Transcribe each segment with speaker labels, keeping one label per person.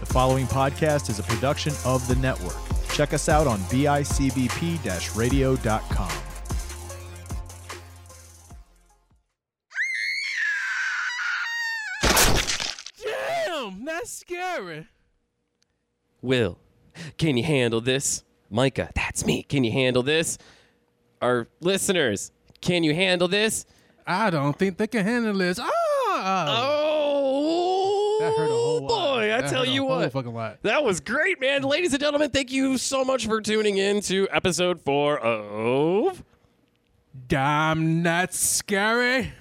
Speaker 1: The following podcast is a production of the network. Check us out on bicbp radio.com.
Speaker 2: Damn, that's scary.
Speaker 3: Will, can you handle this? Micah, that's me. Can you handle this? Our listeners, can you handle this?
Speaker 2: I don't think they can handle this. Ah,
Speaker 3: Oh,
Speaker 2: that hurt a whole
Speaker 3: boy!
Speaker 2: lot.
Speaker 3: I
Speaker 2: That
Speaker 3: tell
Speaker 2: hurt a
Speaker 3: you
Speaker 2: whole
Speaker 3: what,
Speaker 2: fucking lot.
Speaker 3: that was great, man. Ladies and gentlemen, thank you so much for tuning in to episode four of.
Speaker 2: damn, that's scary.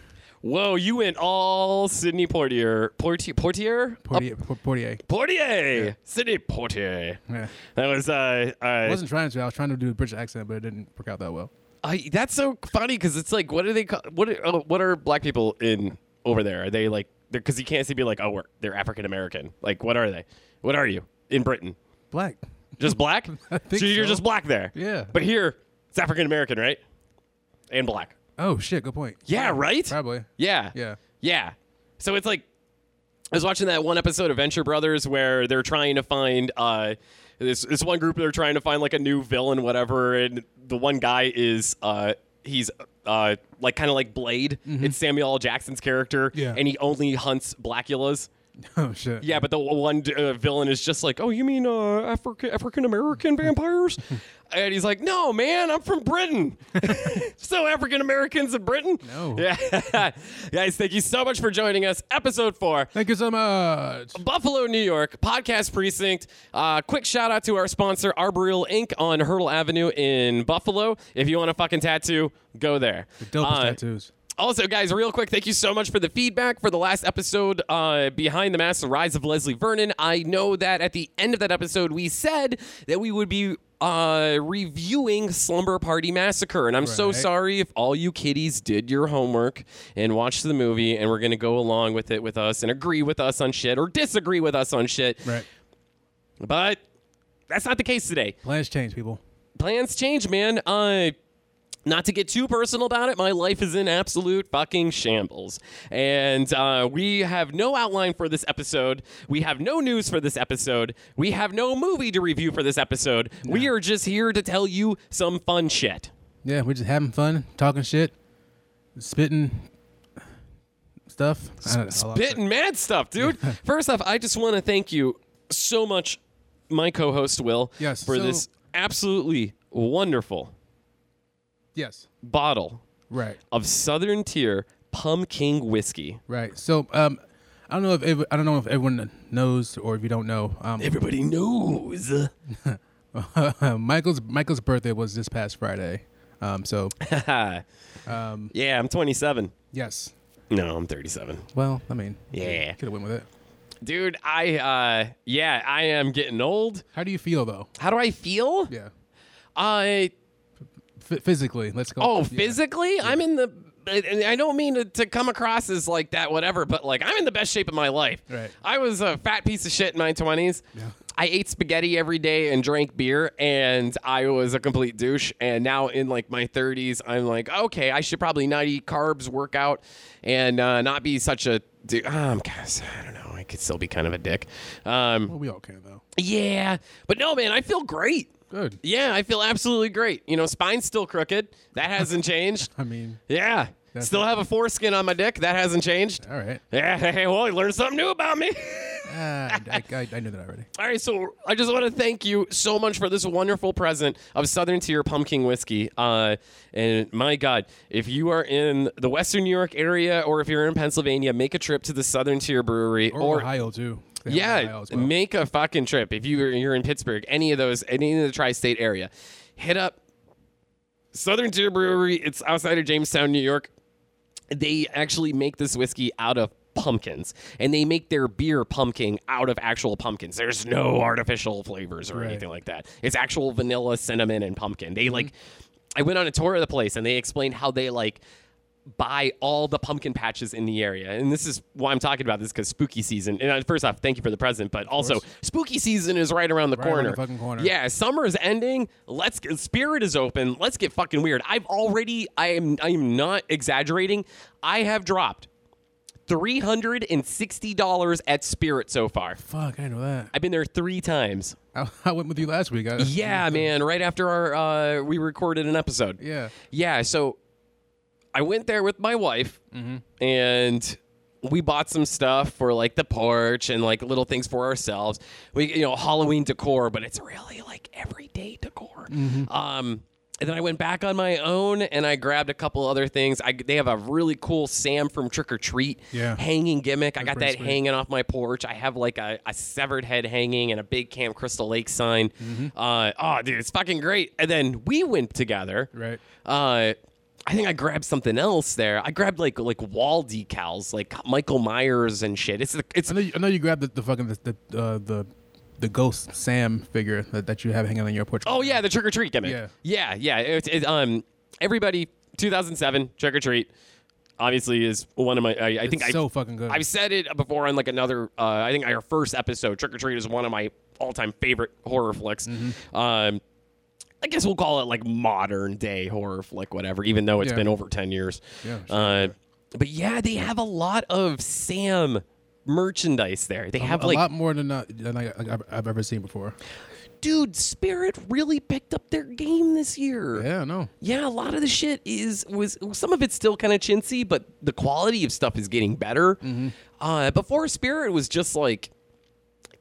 Speaker 3: Whoa, you went all Sydney Portier, Portier, Portier,
Speaker 2: Portier, Por- Portier.
Speaker 3: Portier, Sydney Portier.
Speaker 2: Yeah.
Speaker 3: That was uh,
Speaker 2: I
Speaker 3: I,
Speaker 2: wasn't trying to. I was trying to do a British accent, but it didn't work out that well.
Speaker 3: I that's so funny because it's like, what are they? Call, what are, oh, what are black people in over there? Are they like? Because you can't see be like, oh, we're, they're African American. Like, what are they? What are you in Britain?
Speaker 2: Black.
Speaker 3: Just black?
Speaker 2: think
Speaker 3: so you're
Speaker 2: so.
Speaker 3: just black there.
Speaker 2: Yeah.
Speaker 3: But here, it's African American, right? And black.
Speaker 2: Oh shit, good point.
Speaker 3: Yeah, right?
Speaker 2: Probably.
Speaker 3: Yeah.
Speaker 2: Yeah.
Speaker 3: Yeah. So it's like I was watching that one episode of Venture Brothers where they're trying to find uh this this one group they're trying to find like a new villain whatever and the one guy is uh he's uh like kind of like Blade. It's Samuel L. Jackson's character
Speaker 2: Yeah.
Speaker 3: and he only hunts blackulas.
Speaker 2: Oh shit.
Speaker 3: Yeah, but the one uh, villain is just like, "Oh, you mean uh, African African American vampires?" and he's like, "No, man, I'm from Britain." so African Americans in Britain?
Speaker 2: No.
Speaker 3: Yeah, guys, thank you so much for joining us. Episode four.
Speaker 2: Thank you so much.
Speaker 3: Buffalo, New York, Podcast Precinct. Uh, quick shout out to our sponsor, Arboreal Inc. on Hurdle Avenue in Buffalo. If you want a fucking tattoo, go there.
Speaker 2: Dope
Speaker 3: Uh,
Speaker 2: tattoos.
Speaker 3: also, guys, real quick, thank you so much for the feedback for the last episode, uh, Behind the Mask, The Rise of Leslie Vernon. I know that at the end of that episode, we said that we would be uh, reviewing Slumber Party Massacre. And I'm so
Speaker 2: Right.
Speaker 3: sorry if all you kiddies did your homework and watched the movie and were going to go along with it with us and agree with us on shit or disagree with us on shit.
Speaker 2: Right.
Speaker 3: But that's not the case today
Speaker 2: Plans change, people.
Speaker 3: plans change, man. Uh, not to get too personal about it, my life is in absolute fucking shambles. And uh, we have no outline for this episode. We have no news for this episode. We have no movie to review for this episode. We are just here to tell you some fun shit.
Speaker 2: Yeah, we're just having fun, talking shit, spitting stuff. I don't know. I lost it.
Speaker 3: Spitting mad stuff, dude. First off, I just want to thank you so much, my co host, Will,
Speaker 2: Yes,
Speaker 3: for
Speaker 2: so-
Speaker 3: this absolutely wonderful
Speaker 2: Yes.
Speaker 3: bottle
Speaker 2: Right.
Speaker 3: of Southern Tier pumpkin whiskey.
Speaker 2: Right. So, um, I don't know if ev- I don't know if everyone knows or if you don't know. Um,
Speaker 3: Everybody knows.
Speaker 2: Michael's Michael's birthday was this past Friday. Um, so
Speaker 3: yeah, I'm 27.
Speaker 2: yes.
Speaker 3: No, I'm 37.
Speaker 2: Well, I mean,
Speaker 3: Yeah.
Speaker 2: could have went with it.
Speaker 3: Dude, I uh yeah, I am getting old.
Speaker 2: How do you feel though?
Speaker 3: How do I feel? Uh,
Speaker 2: Yeah.
Speaker 3: I
Speaker 2: F- physically, let's go.
Speaker 3: oh,
Speaker 2: Yeah.
Speaker 3: physically, I'm in the and I don't mean to, to come across as like that, whatever, but like I'm in the best shape of my life.
Speaker 2: Right.
Speaker 3: I was a fat piece of shit in my 20s. I ate spaghetti every day and drank beer, and I was a complete douche. And now in like my 30s, I'm like, okay, I should probably not eat carbs, work out, and uh, not be such a dude. Um, guys, I don't know. I could still be kind of a dick. Um,
Speaker 2: Well, we all can though.
Speaker 3: yeah, but no, man, I feel great.
Speaker 2: Good.
Speaker 3: Yeah, I feel absolutely great. You know, spine's still crooked. That hasn't changed.
Speaker 2: I mean,
Speaker 3: Yeah.
Speaker 2: That's
Speaker 3: Still have a foreskin on my dick. That hasn't changed.
Speaker 2: all right.
Speaker 3: Yeah. Hey, well, you learned something new about me.
Speaker 2: Uh, I, I, I knew that already.
Speaker 3: All right. So I just want to thank you so much for this wonderful present of Southern Tier Pumpkin Whiskey. Uh, and my God, if you are in the Western New York area or if you're in Pennsylvania, make a trip to the Southern Tier Brewery
Speaker 2: Or, Ohio too. They have Ohio
Speaker 3: yeah,
Speaker 2: as well.
Speaker 3: make a fucking trip if you you're in Pittsburgh, any of those, any of the tri-state area, hit up Southern Tier Brewery. It's outside of Jamestown, New York. They actually make this whiskey out of pumpkins, and they make their beer pumpkin out of actual pumpkins. There's no artificial flavors or
Speaker 2: Right.
Speaker 3: anything like that. It's actual vanilla, cinnamon, and pumpkin. They like. I went on a tour of the place, and they explained how they like buy all the pumpkin patches in the area. And this is why I'm talking about this because spooky season. And uh, first off, thank you for the present, but also spooky season is right around the
Speaker 2: around
Speaker 3: corner.
Speaker 2: the fucking corner.
Speaker 3: Yeah, summer is ending. Let's get, spirit is open. Let's get fucking weird. I've already I am I am not exaggerating. I have dropped Three hundred and sixty dollars at Spirit so far.
Speaker 2: Fuck, I know that.
Speaker 3: I've been there three times.
Speaker 2: I, I went with you last week. I,
Speaker 3: Yeah, man. Right after our uh, we recorded an episode.
Speaker 2: Yeah.
Speaker 3: Yeah, so I went there with my wife
Speaker 2: Mm-hmm.
Speaker 3: and we bought some stuff for like the porch and like little things for ourselves. We you know, Halloween decor, but it's really like everyday decor.
Speaker 2: Mm-hmm.
Speaker 3: Um and then I went back on my own and I grabbed a couple other things. I, they have a really cool Sam from Trick or Treat
Speaker 2: Yeah.
Speaker 3: hanging gimmick. I got that
Speaker 2: pretty sweet.
Speaker 3: hanging off my porch. I have like a, a severed head hanging and a big Camp Crystal Lake sign.
Speaker 2: Mm-hmm.
Speaker 3: Uh, oh, dude, it's fucking great. And then we went together
Speaker 2: Right.
Speaker 3: uh, I think I grabbed something else there. I grabbed like like wall decals, like Michael Myers and shit. It's the it's
Speaker 2: I know. You, I know you grabbed the, the fucking the the, uh, the the ghost Sam figure that, that you have hanging on your porch.
Speaker 3: oh yeah, the trick or treat gimmick.
Speaker 2: Yeah.
Speaker 3: yeah, yeah. It, it, um, everybody, 2007 trick or treat, obviously is one of my. I, I think I
Speaker 2: so fucking good.
Speaker 3: I've said it before on like another. Uh, I think our first episode, Trick or Treat, is one of my all-time favorite horror flicks.
Speaker 2: Mm-hmm.
Speaker 3: Um, I guess we'll call it like modern day horror flick, whatever. Even though it's
Speaker 2: Yeah.
Speaker 3: been over ten years.
Speaker 2: Yeah,
Speaker 3: uh, but yeah, they have a lot of Sam merchandise there. They have
Speaker 2: a
Speaker 3: like
Speaker 2: lot more than uh, than I, I, I've ever seen before.
Speaker 3: dude, Spirit really picked up their game this year.
Speaker 2: Yeah, no.
Speaker 3: Yeah, a lot of the shit is was some of it's still kind of chintzy, but the quality of stuff is getting better.
Speaker 2: Mm-hmm.
Speaker 3: Uh, before Spirit was just like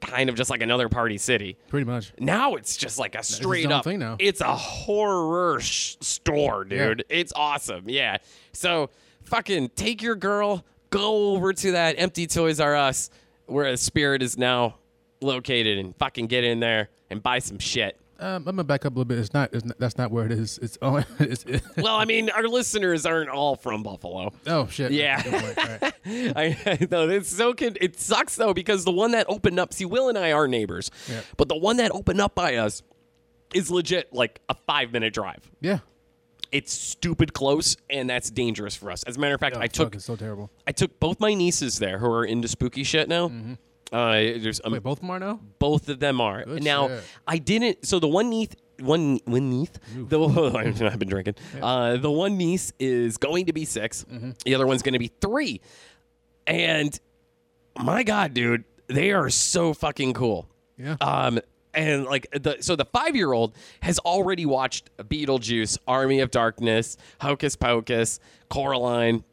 Speaker 3: kind of just like another party city.
Speaker 2: Pretty much.
Speaker 3: Now it's just like a straight
Speaker 2: own
Speaker 3: up.
Speaker 2: thing now.
Speaker 3: It's a horror sh- store, dude. It's awesome. Yeah. So fucking take your girl, go over to that empty Toys R Us where Spirit is now located, and fucking get in there and buy some shit.
Speaker 2: Um, I'm gonna back up a little bit. It's not. It's not that's not where it is. It's oh. It's, it,
Speaker 3: well, I mean, our listeners aren't all from Buffalo.
Speaker 2: oh shit.
Speaker 3: Yeah.
Speaker 2: Good point. All right.
Speaker 3: I know it's so con- it sucks though because the one that opened up, see, Will and I are neighbors,
Speaker 2: Yeah.
Speaker 3: but the one that opened up by us is legit like a five minute drive.
Speaker 2: Yeah.
Speaker 3: It's stupid close, and that's dangerous for us. As a matter of fact, I
Speaker 2: Fuck,
Speaker 3: took
Speaker 2: it's so terrible.
Speaker 3: I took both my nieces there who are into spooky shit now. Uh, there's um,
Speaker 2: Mm-hmm. Wait, both of them are now.
Speaker 3: both of them are
Speaker 2: Good
Speaker 3: now.
Speaker 2: shit.
Speaker 3: I didn't. So the one niece, one one niece, the I've been drinking. Uh, the one niece is going to be 6
Speaker 2: Mm-hmm.
Speaker 3: The other one's going to be three. And my God, dude, they are so fucking cool.
Speaker 2: Yeah.
Speaker 3: Um, and like the so the five year old has already watched Beetlejuice, Army of Darkness, Hocus Pocus, Coraline,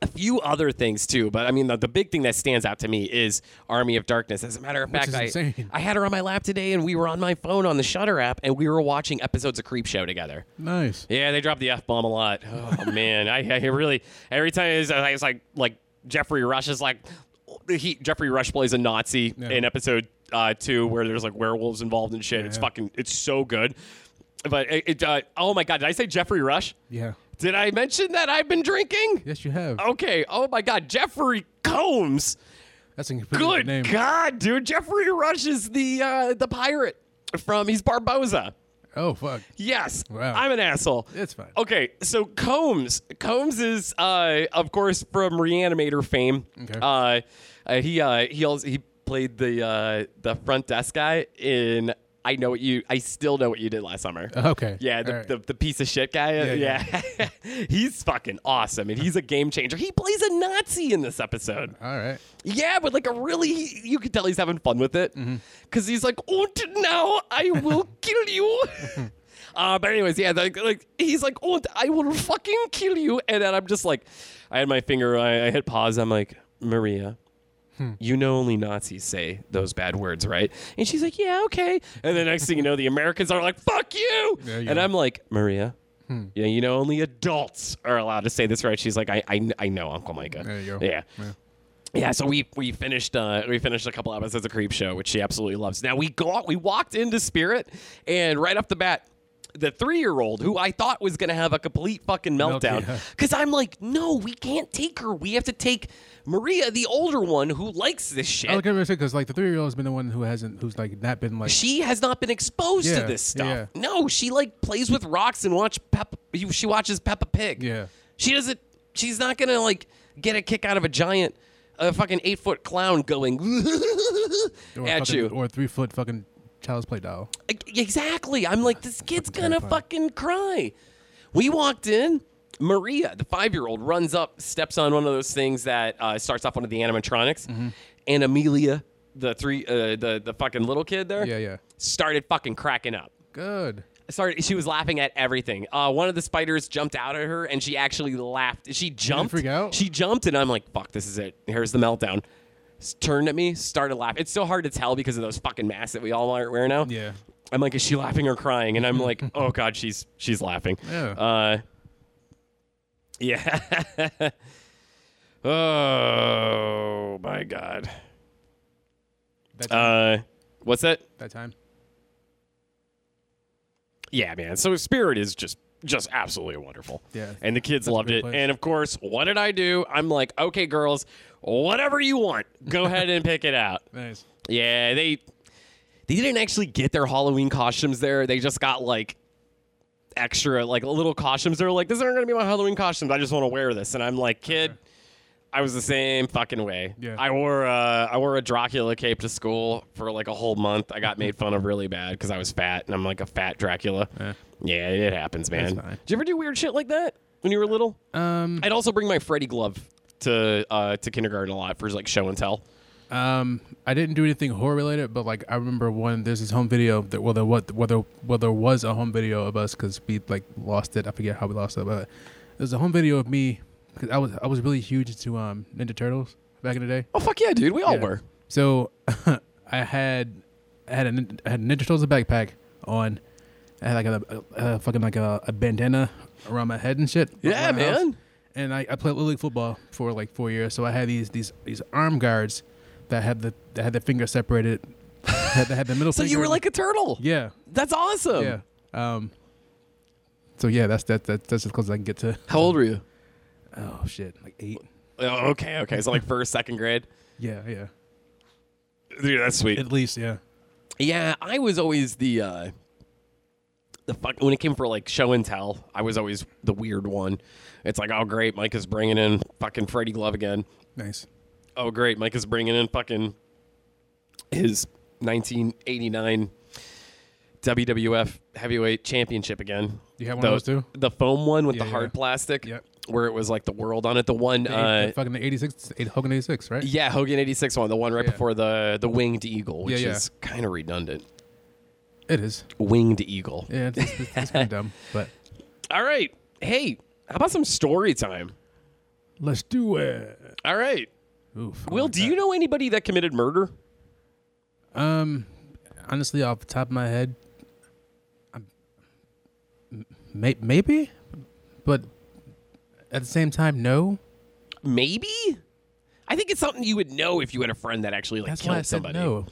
Speaker 3: a few other things too. But I mean, the, the big thing that stands out to me is Army of Darkness. As a matter of
Speaker 2: is
Speaker 3: fact, I,
Speaker 2: insane.
Speaker 3: I had her on my lap today, and we were on my phone on the Shutter app, and we were watching episodes of Creep Show together.
Speaker 2: Nice.
Speaker 3: Yeah, they drop the f bomb a lot. Oh man, I, I really every time it's, it's like like Jeffrey Rush is like he Jeffrey Rush plays a Nazi in episode uh, two where there's like werewolves involved and shit. it's
Speaker 2: yeah.
Speaker 3: fucking it's so good. But it, it uh, oh my god, did I say Jeffrey Rush?
Speaker 2: Yeah.
Speaker 3: Did I mention that I've been drinking?
Speaker 2: Yes, you have.
Speaker 3: Okay. Oh my god, Jeffrey Combs.
Speaker 2: That's a completely
Speaker 3: Good
Speaker 2: name.
Speaker 3: god, dude, Jeffrey Rush is the uh, the pirate from he's Barboza.
Speaker 2: Oh fuck.
Speaker 3: Yes.
Speaker 2: Wow.
Speaker 3: I'm an asshole.
Speaker 2: It's fine.
Speaker 3: Okay, so Combs. Combs is, uh, of course, from Reanimator fame.
Speaker 2: Okay.
Speaker 3: Uh, uh, he uh, he also, he played the uh, the front desk guy in I know what you I still know what you did last summer.
Speaker 2: Okay.
Speaker 3: Yeah, the,
Speaker 2: All right.
Speaker 3: the, the piece of shit guy. Yeah, he's fucking awesome, and he's a game changer. He plays a Nazi in this episode.
Speaker 2: All right.
Speaker 3: Yeah, but like a really, he- you could tell he's having fun with it
Speaker 2: Mm-hmm.
Speaker 3: because he's like, "Und now I will kill you." uh, but anyways, yeah, like, like he's like, "Und I will fucking kill you," and then I'm just like, I had my finger, I, I hit pause. I'm like, Maria.
Speaker 2: Hmm.
Speaker 3: You know, only Nazis say those bad words, right? And she's like, "Yeah, okay." And the next thing you know, the Americans are like, "Fuck you!"
Speaker 2: There you
Speaker 3: and
Speaker 2: go. Hmm.
Speaker 3: I'm like, Maria, yeah, you know, only adults are allowed to say this, right? She's like, "I, I, I know, Uncle Micah."
Speaker 2: There you go.
Speaker 3: yeah. Yeah, so we we finished uh, we finished a couple episodes of Creep Show, which she absolutely loves. Now we go out, we walked into Spirit, and right off the bat, the three year old who I thought was gonna have a complete fucking meltdown,
Speaker 2: yeah.
Speaker 3: because I'm like, no, we can't take her. We have to take Maria, the older one who likes this shit.
Speaker 2: I look at because like the three year old has been the one who hasn't who's like not been like
Speaker 3: She has not been exposed to
Speaker 2: Yeah,
Speaker 3: this stuff.
Speaker 2: yeah.
Speaker 3: No, she like plays with rocks and watch Peppa. She watches Peppa Pig.
Speaker 2: Yeah.
Speaker 3: she doesn't. She's not gonna like get a kick out of a giant, a fucking eight foot clown going
Speaker 2: or a
Speaker 3: at
Speaker 2: fucking-
Speaker 3: you.
Speaker 2: or a three foot fucking child's play doll.
Speaker 3: Ex- Exactly. I'm like, this kid's gonna
Speaker 2: terrifying.
Speaker 3: fucking cry. We walked in, Maria, the five year old, runs up, steps on one of those things that uh, starts off one of the animatronics,
Speaker 2: Mm-hmm.
Speaker 3: and Amelia, the three, uh, the the fucking little kid there,
Speaker 2: Yeah, yeah.
Speaker 3: started fucking cracking up.
Speaker 2: Good.
Speaker 3: Started, she was laughing at everything. Uh, one of the spiders jumped out at her, and she actually laughed. She jumped.
Speaker 2: freak out?
Speaker 3: She jumped, and I'm like, "Fuck, this is it. Here's the meltdown." S- Turned at me, started laughing. It's so hard to tell because of those fucking masks that we all are wearing now.
Speaker 2: Yeah.
Speaker 3: I'm like, is she laughing or crying? And I'm like, oh god, she's she's laughing. Uh,
Speaker 2: Yeah.
Speaker 3: yeah. oh my god.
Speaker 2: That time.
Speaker 3: Uh, what's that?
Speaker 2: that time.
Speaker 3: Yeah, man. So Spirit is just just absolutely wonderful.
Speaker 2: Yeah.
Speaker 3: And the kids
Speaker 2: a
Speaker 3: loved
Speaker 2: great
Speaker 3: it.
Speaker 2: place.
Speaker 3: And of course, what did I do? I'm like, okay, girls, whatever you want, go ahead and pick it out.
Speaker 2: Nice.
Speaker 3: Yeah, they they didn't actually get their Halloween costumes there. They just got like extra like little costumes. They were like, "These aren't gonna be my Halloween costumes. I just want to wear this." And I'm like, "Kid, I was the same fucking way.
Speaker 2: Yeah.
Speaker 3: I wore uh, I wore a Dracula cape to school for like a whole month. I got made fun of really bad because I was fat and I'm like a fat Dracula.
Speaker 2: Yeah.
Speaker 3: Yeah, it happens, man.
Speaker 2: fine.
Speaker 3: Did you ever do weird shit like that when you were little?
Speaker 2: Um.
Speaker 3: I'd also bring my Freddy glove to uh, to kindergarten a lot for like show and tell.
Speaker 2: Um, I didn't do anything horror related, but like I remember one. There's this home video that well, there what well, there, well, there was a home video of us because we like lost it. I forget how we lost it, but there's a home video of me because I was I was really huge into um Ninja Turtles back in the day.
Speaker 3: Oh fuck yeah, dude! We all
Speaker 2: Yeah.
Speaker 3: were.
Speaker 2: So I had I had a, nin- I had Ninja Turtles backpack on. I had like a, a, a fucking like a, a bandana around my head and shit.
Speaker 3: Yeah,
Speaker 2: around the house.
Speaker 3: man.
Speaker 2: And I, I played little league football for like four years, so I had these these these arm guards that had the that had their fingers separated. had, that had the middle.
Speaker 3: So you were like a turtle.
Speaker 2: yeah,
Speaker 3: That's awesome.
Speaker 2: yeah. Um. So yeah, that's that, that that's as close as I can get to.
Speaker 3: How old were you?
Speaker 2: Oh shit, like eight.
Speaker 3: Oh, okay, okay. So like first, second grade.
Speaker 2: Yeah, yeah.
Speaker 3: Dude, that's sweet.
Speaker 2: At least yeah.
Speaker 3: Yeah, I was always the uh the fuck when it came for like show and tell. I was always the weird one. It's like, oh great, Mike is bringing in fucking Freddy Glove again.
Speaker 2: Nice.
Speaker 3: Oh great, Mike is bringing in fucking his 1989 WWF Heavyweight Championship again.
Speaker 2: You have one
Speaker 3: the,
Speaker 2: of those too?
Speaker 3: The foam one with
Speaker 2: Yeah,
Speaker 3: the
Speaker 2: yeah.
Speaker 3: hard plastic,
Speaker 2: Yep.
Speaker 3: where it was like the world on it. The one
Speaker 2: The
Speaker 3: uh,
Speaker 2: eight- the fucking the eighty six, eight Hogan eighty six, right?
Speaker 3: Yeah, Hogan '86 one, the one right
Speaker 2: Yeah.
Speaker 3: before the the winged eagle, which
Speaker 2: Yeah, yeah.
Speaker 3: is kind of redundant.
Speaker 2: It is.
Speaker 3: Winged eagle.
Speaker 2: Yeah, it's, it's, it's kind of dumb, but
Speaker 3: All right, hey, how about some story time?
Speaker 2: let's do it.
Speaker 3: All right,
Speaker 2: Oof.
Speaker 3: Will, do you know anybody that committed murder?
Speaker 2: Um, honestly, off the top of my head, I'm, may, maybe, but at the same time, no.
Speaker 3: Maybe. I think it's something you would know if you had a friend that actually like
Speaker 2: That's
Speaker 3: killed
Speaker 2: why I said
Speaker 3: somebody.
Speaker 2: no.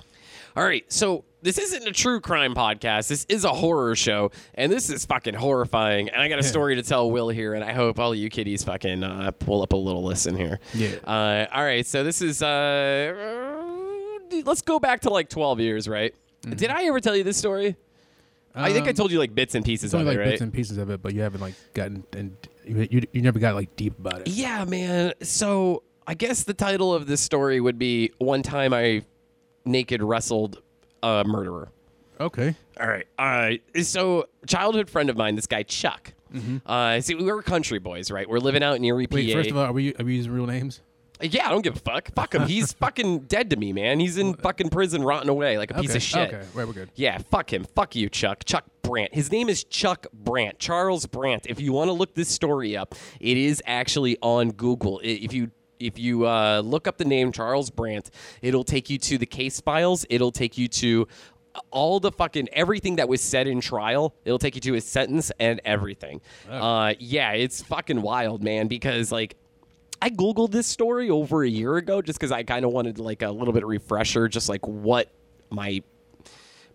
Speaker 3: All right, so this isn't a true crime podcast. This is a horror show, and this is fucking horrifying. And I got a story to tell Will here, and I hope all you kiddies fucking uh, pull up a little listen here.
Speaker 2: Yeah.
Speaker 3: Uh, all right, so this is. Uh, let's go back to like 12 years, right? Did I ever tell you this story? I think I
Speaker 2: Mm-hmm. Um,
Speaker 3: told you like bits and pieces
Speaker 2: It's only
Speaker 3: of
Speaker 2: like
Speaker 3: it, right?
Speaker 2: bits and pieces of it, but you haven't like gotten and you, you, you never got like deep about it.
Speaker 3: Yeah, man. So I guess the title of this story would be "One Time I Naked Wrestled a Murderer."
Speaker 2: Okay.
Speaker 3: All right. Uh, so, childhood friend of mine, this guy Chuck. Uh, see, we were country boys, right? We're living out in Erie, PA.
Speaker 2: Mm-hmm. Wait, first of all, are we are we using real names?
Speaker 3: yeah, I don't give a fuck. Fuck him. He's fucking dead to me, man. He's in fucking prison, rotting away like a piece
Speaker 2: okay.
Speaker 3: of shit.
Speaker 2: Okay, right, we're good.
Speaker 3: Yeah, fuck him. Fuck you, Chuck. Chuck Brandt. His name is Chuck Brandt. Charles Brandt. If you want to look this story up, it is actually on Google. I- If you if you uh, look up the name Charles Brandt, it'll take you to the case files. It'll take you to uh, all the fucking everything that was said in trial. It'll take you to his sentence and everything. Uh, yeah, it's fucking wild, man. Because like I googled this story over a year ago just because I kind of wanted like a little bit of refresher, just like what my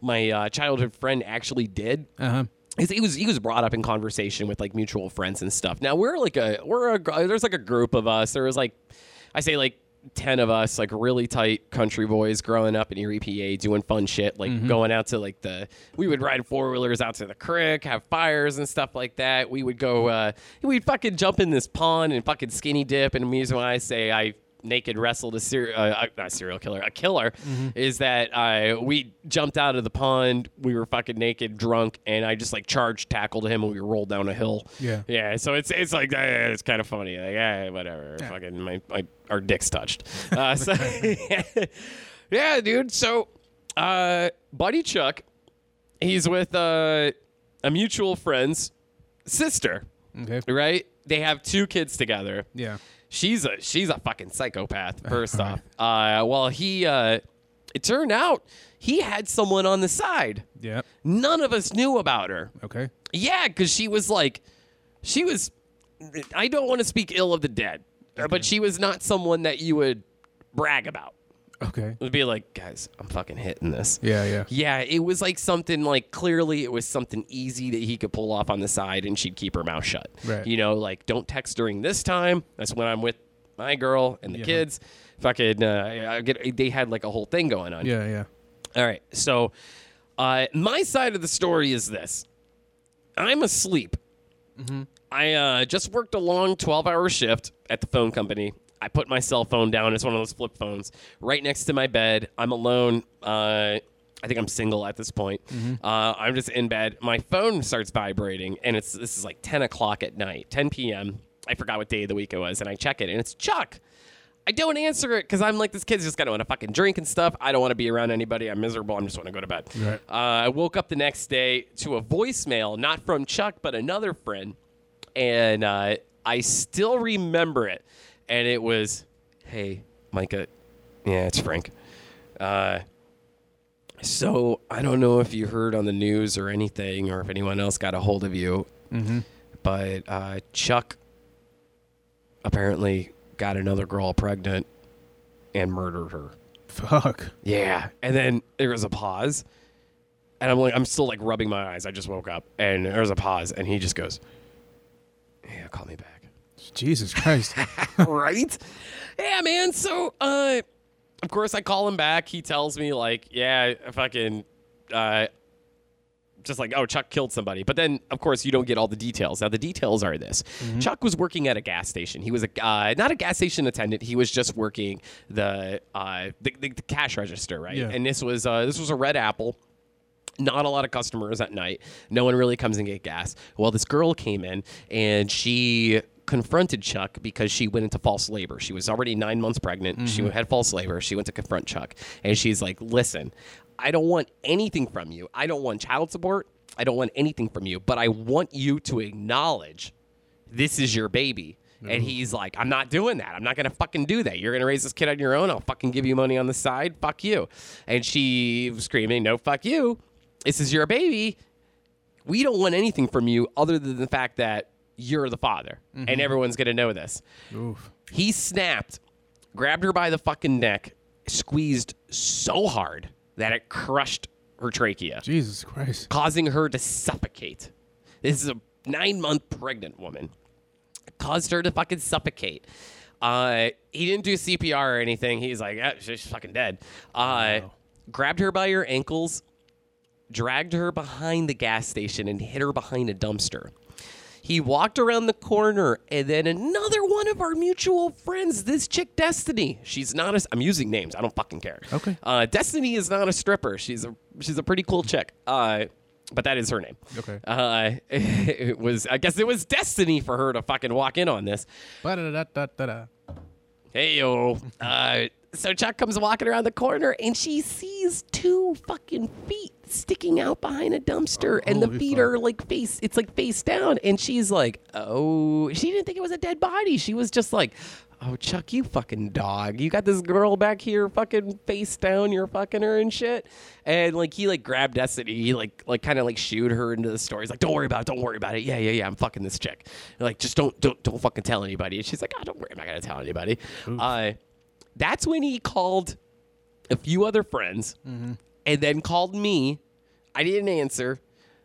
Speaker 3: my uh, childhood friend actually did.
Speaker 2: Uh huh.
Speaker 3: Is he was he was brought up in conversation with like mutual friends and stuff. Now we're like a we're a gr- there's like a group of us. There was like I say like ten of us, like really tight country boys growing up in Erie, PA, doing fun shit, like going out to like the we would ride four wheelers out to the creek, have fires and stuff like that. We would go uh we'd fucking jump in this pond and fucking skinny dip. And the reason why I say I naked wrestled a, ser- uh, a, not serial killer, a killer, is that uh, we jumped out of the pond. We were fucking naked, drunk, and I just like charged, tackled him, and we rolled down a hill.
Speaker 2: Yeah.
Speaker 3: Yeah. So it's it's like uh, it's kind of funny. Like, eh, whatever. Fucking my, my our dicks touched. Uh, so yeah, dude. So uh, Buddy Chuck, he's with uh, a mutual friend's sister
Speaker 2: Okay.
Speaker 3: right? They have two kids together.
Speaker 2: Yeah.
Speaker 3: She's a she's a fucking psychopath. First off, uh, well he uh, it turned out he had someone on the side.
Speaker 2: Yeah.
Speaker 3: None of us knew about her.
Speaker 2: Okay.
Speaker 3: Yeah, because she was like, she was. I don't want to speak ill of the dead, but she was not someone that you would brag about.
Speaker 2: Okay.
Speaker 3: It'd be like, guys, I'm fucking hitting this.
Speaker 2: Yeah. Yeah.
Speaker 3: Yeah, it was like something like clearly it was something easy that he could pull off on the side and she'd keep her mouth shut.
Speaker 2: Right.
Speaker 3: You know, like don't text during this time. That's when I'm with my girl and the
Speaker 2: Yeah.
Speaker 3: kids. Fucking, uh, I get, they had like a whole thing going on.
Speaker 2: Yeah. Yeah.
Speaker 3: All right. So, uh, my side of the story is this I'm asleep. I uh, just worked a long 12 hour shift at the phone company. I put my cell phone down. It's one of those flip phones right next to my bed. I'm alone. Uh, I think I'm single at this point. Uh, I'm just in bed. My phone starts vibrating, and it's this is like 10 o'clock at night, 10 p.m. I forgot what day of the week it was, and I check it, and it's Chuck. I don't answer it because I'm like, this kid's just gonna want to fucking drink and stuff. I don't want to be around anybody. I'm miserable. I'm just want to go to bed.
Speaker 2: Right.
Speaker 3: Uh, I woke up the next day to a voicemail, not from Chuck, but another friend, and uh, I still remember it. And it was, "Hey, Micah, yeah, it's Frank. Uh, so I don't know if you heard on the news or anything, or if anyone else got a hold of you, but uh, Chuck apparently got another girl pregnant and murdered her.
Speaker 2: Fuck.
Speaker 3: Yeah. And then there was a pause. And I'm like, I'm still like rubbing my eyes. I just woke up and there was a pause. And he just goes, Yeah, call me back.
Speaker 2: Jesus Christ.
Speaker 3: right? Yeah, man. So, uh, of course, I call him back. He tells me, like, yeah, fucking, uh, just like, oh, Chuck killed somebody. But then, of course, you don't get all the details. Now, the details are this Chuck was working at a gas station. He was a, uh, not a gas station attendant. He was just working the, uh, the, the, the cash register, right?
Speaker 2: Yeah.
Speaker 3: And this was, uh, this was a red apple not a lot of customers at night. No one really comes and get gas. Well, this girl came in and she confronted Chuck because she went into false labor. She was already nine months pregnant. She had false labor. She went to confront Chuck and she's like, "Listen, I don't want anything from you. I don't want child support. I don't want anything from you. But I want you to acknowledge this is your baby." And he's like, I'm not doing that. I'm not going to fucking do that. You're going to raise this kid on your own. I'll fucking give you money on the side. Fuck you. And she was screaming, No, fuck you this is your baby. We don't want anything from you other than the fact that you're the father, and everyone's gonna know this.
Speaker 2: Oof.
Speaker 3: He snapped, grabbed her by the fucking neck, squeezed so hard that it crushed her trachea,
Speaker 2: Jesus Christ.
Speaker 3: causing her to suffocate. This is a nine month pregnant woman, caused her to fucking suffocate. Uh, he didn't do CPR or anything. He's like, "Ah, she's fucking dead. Uh, Grabbed her by her ankles, dragged her behind the gas station and hit her behind a dumpster. He walked around the corner, and then another one of our mutual friends, this chick Destiny. She's not a. I'm using names. I don't fucking care.
Speaker 2: Okay.
Speaker 3: Uh, Destiny is not a stripper. She's a she's a pretty cool chick. Uh, but that is her name.
Speaker 2: Okay.
Speaker 3: Uh, it was. I guess it was Destiny for her to fucking walk in on this.
Speaker 2: Ba-da-da-da-da-da.
Speaker 3: Hey yo. Uh, so Chuck comes walking around the corner and she sees two fucking feet sticking out behind a dumpster, and the
Speaker 2: holy
Speaker 3: feet
Speaker 2: fuck.
Speaker 3: are like face. It's like face down, and she's like, "Oh." She didn't think it was a dead body. She was just like. Oh Chuck, you fucking dog! You got this girl back here, fucking face down. You're fucking her and shit. And like he like grabbed Destiny, he like like kind of like shooed her into the story. He's like, "Don't worry about it. Don't worry about it. Yeah, yeah, yeah. I'm fucking this chick. And, like just don't don't don't fucking tell anybody." And she's like, "Oh, don't worry. I'm not gonna tell anybody." Uh, that's when he called a few other friends and then called me. I didn't answer.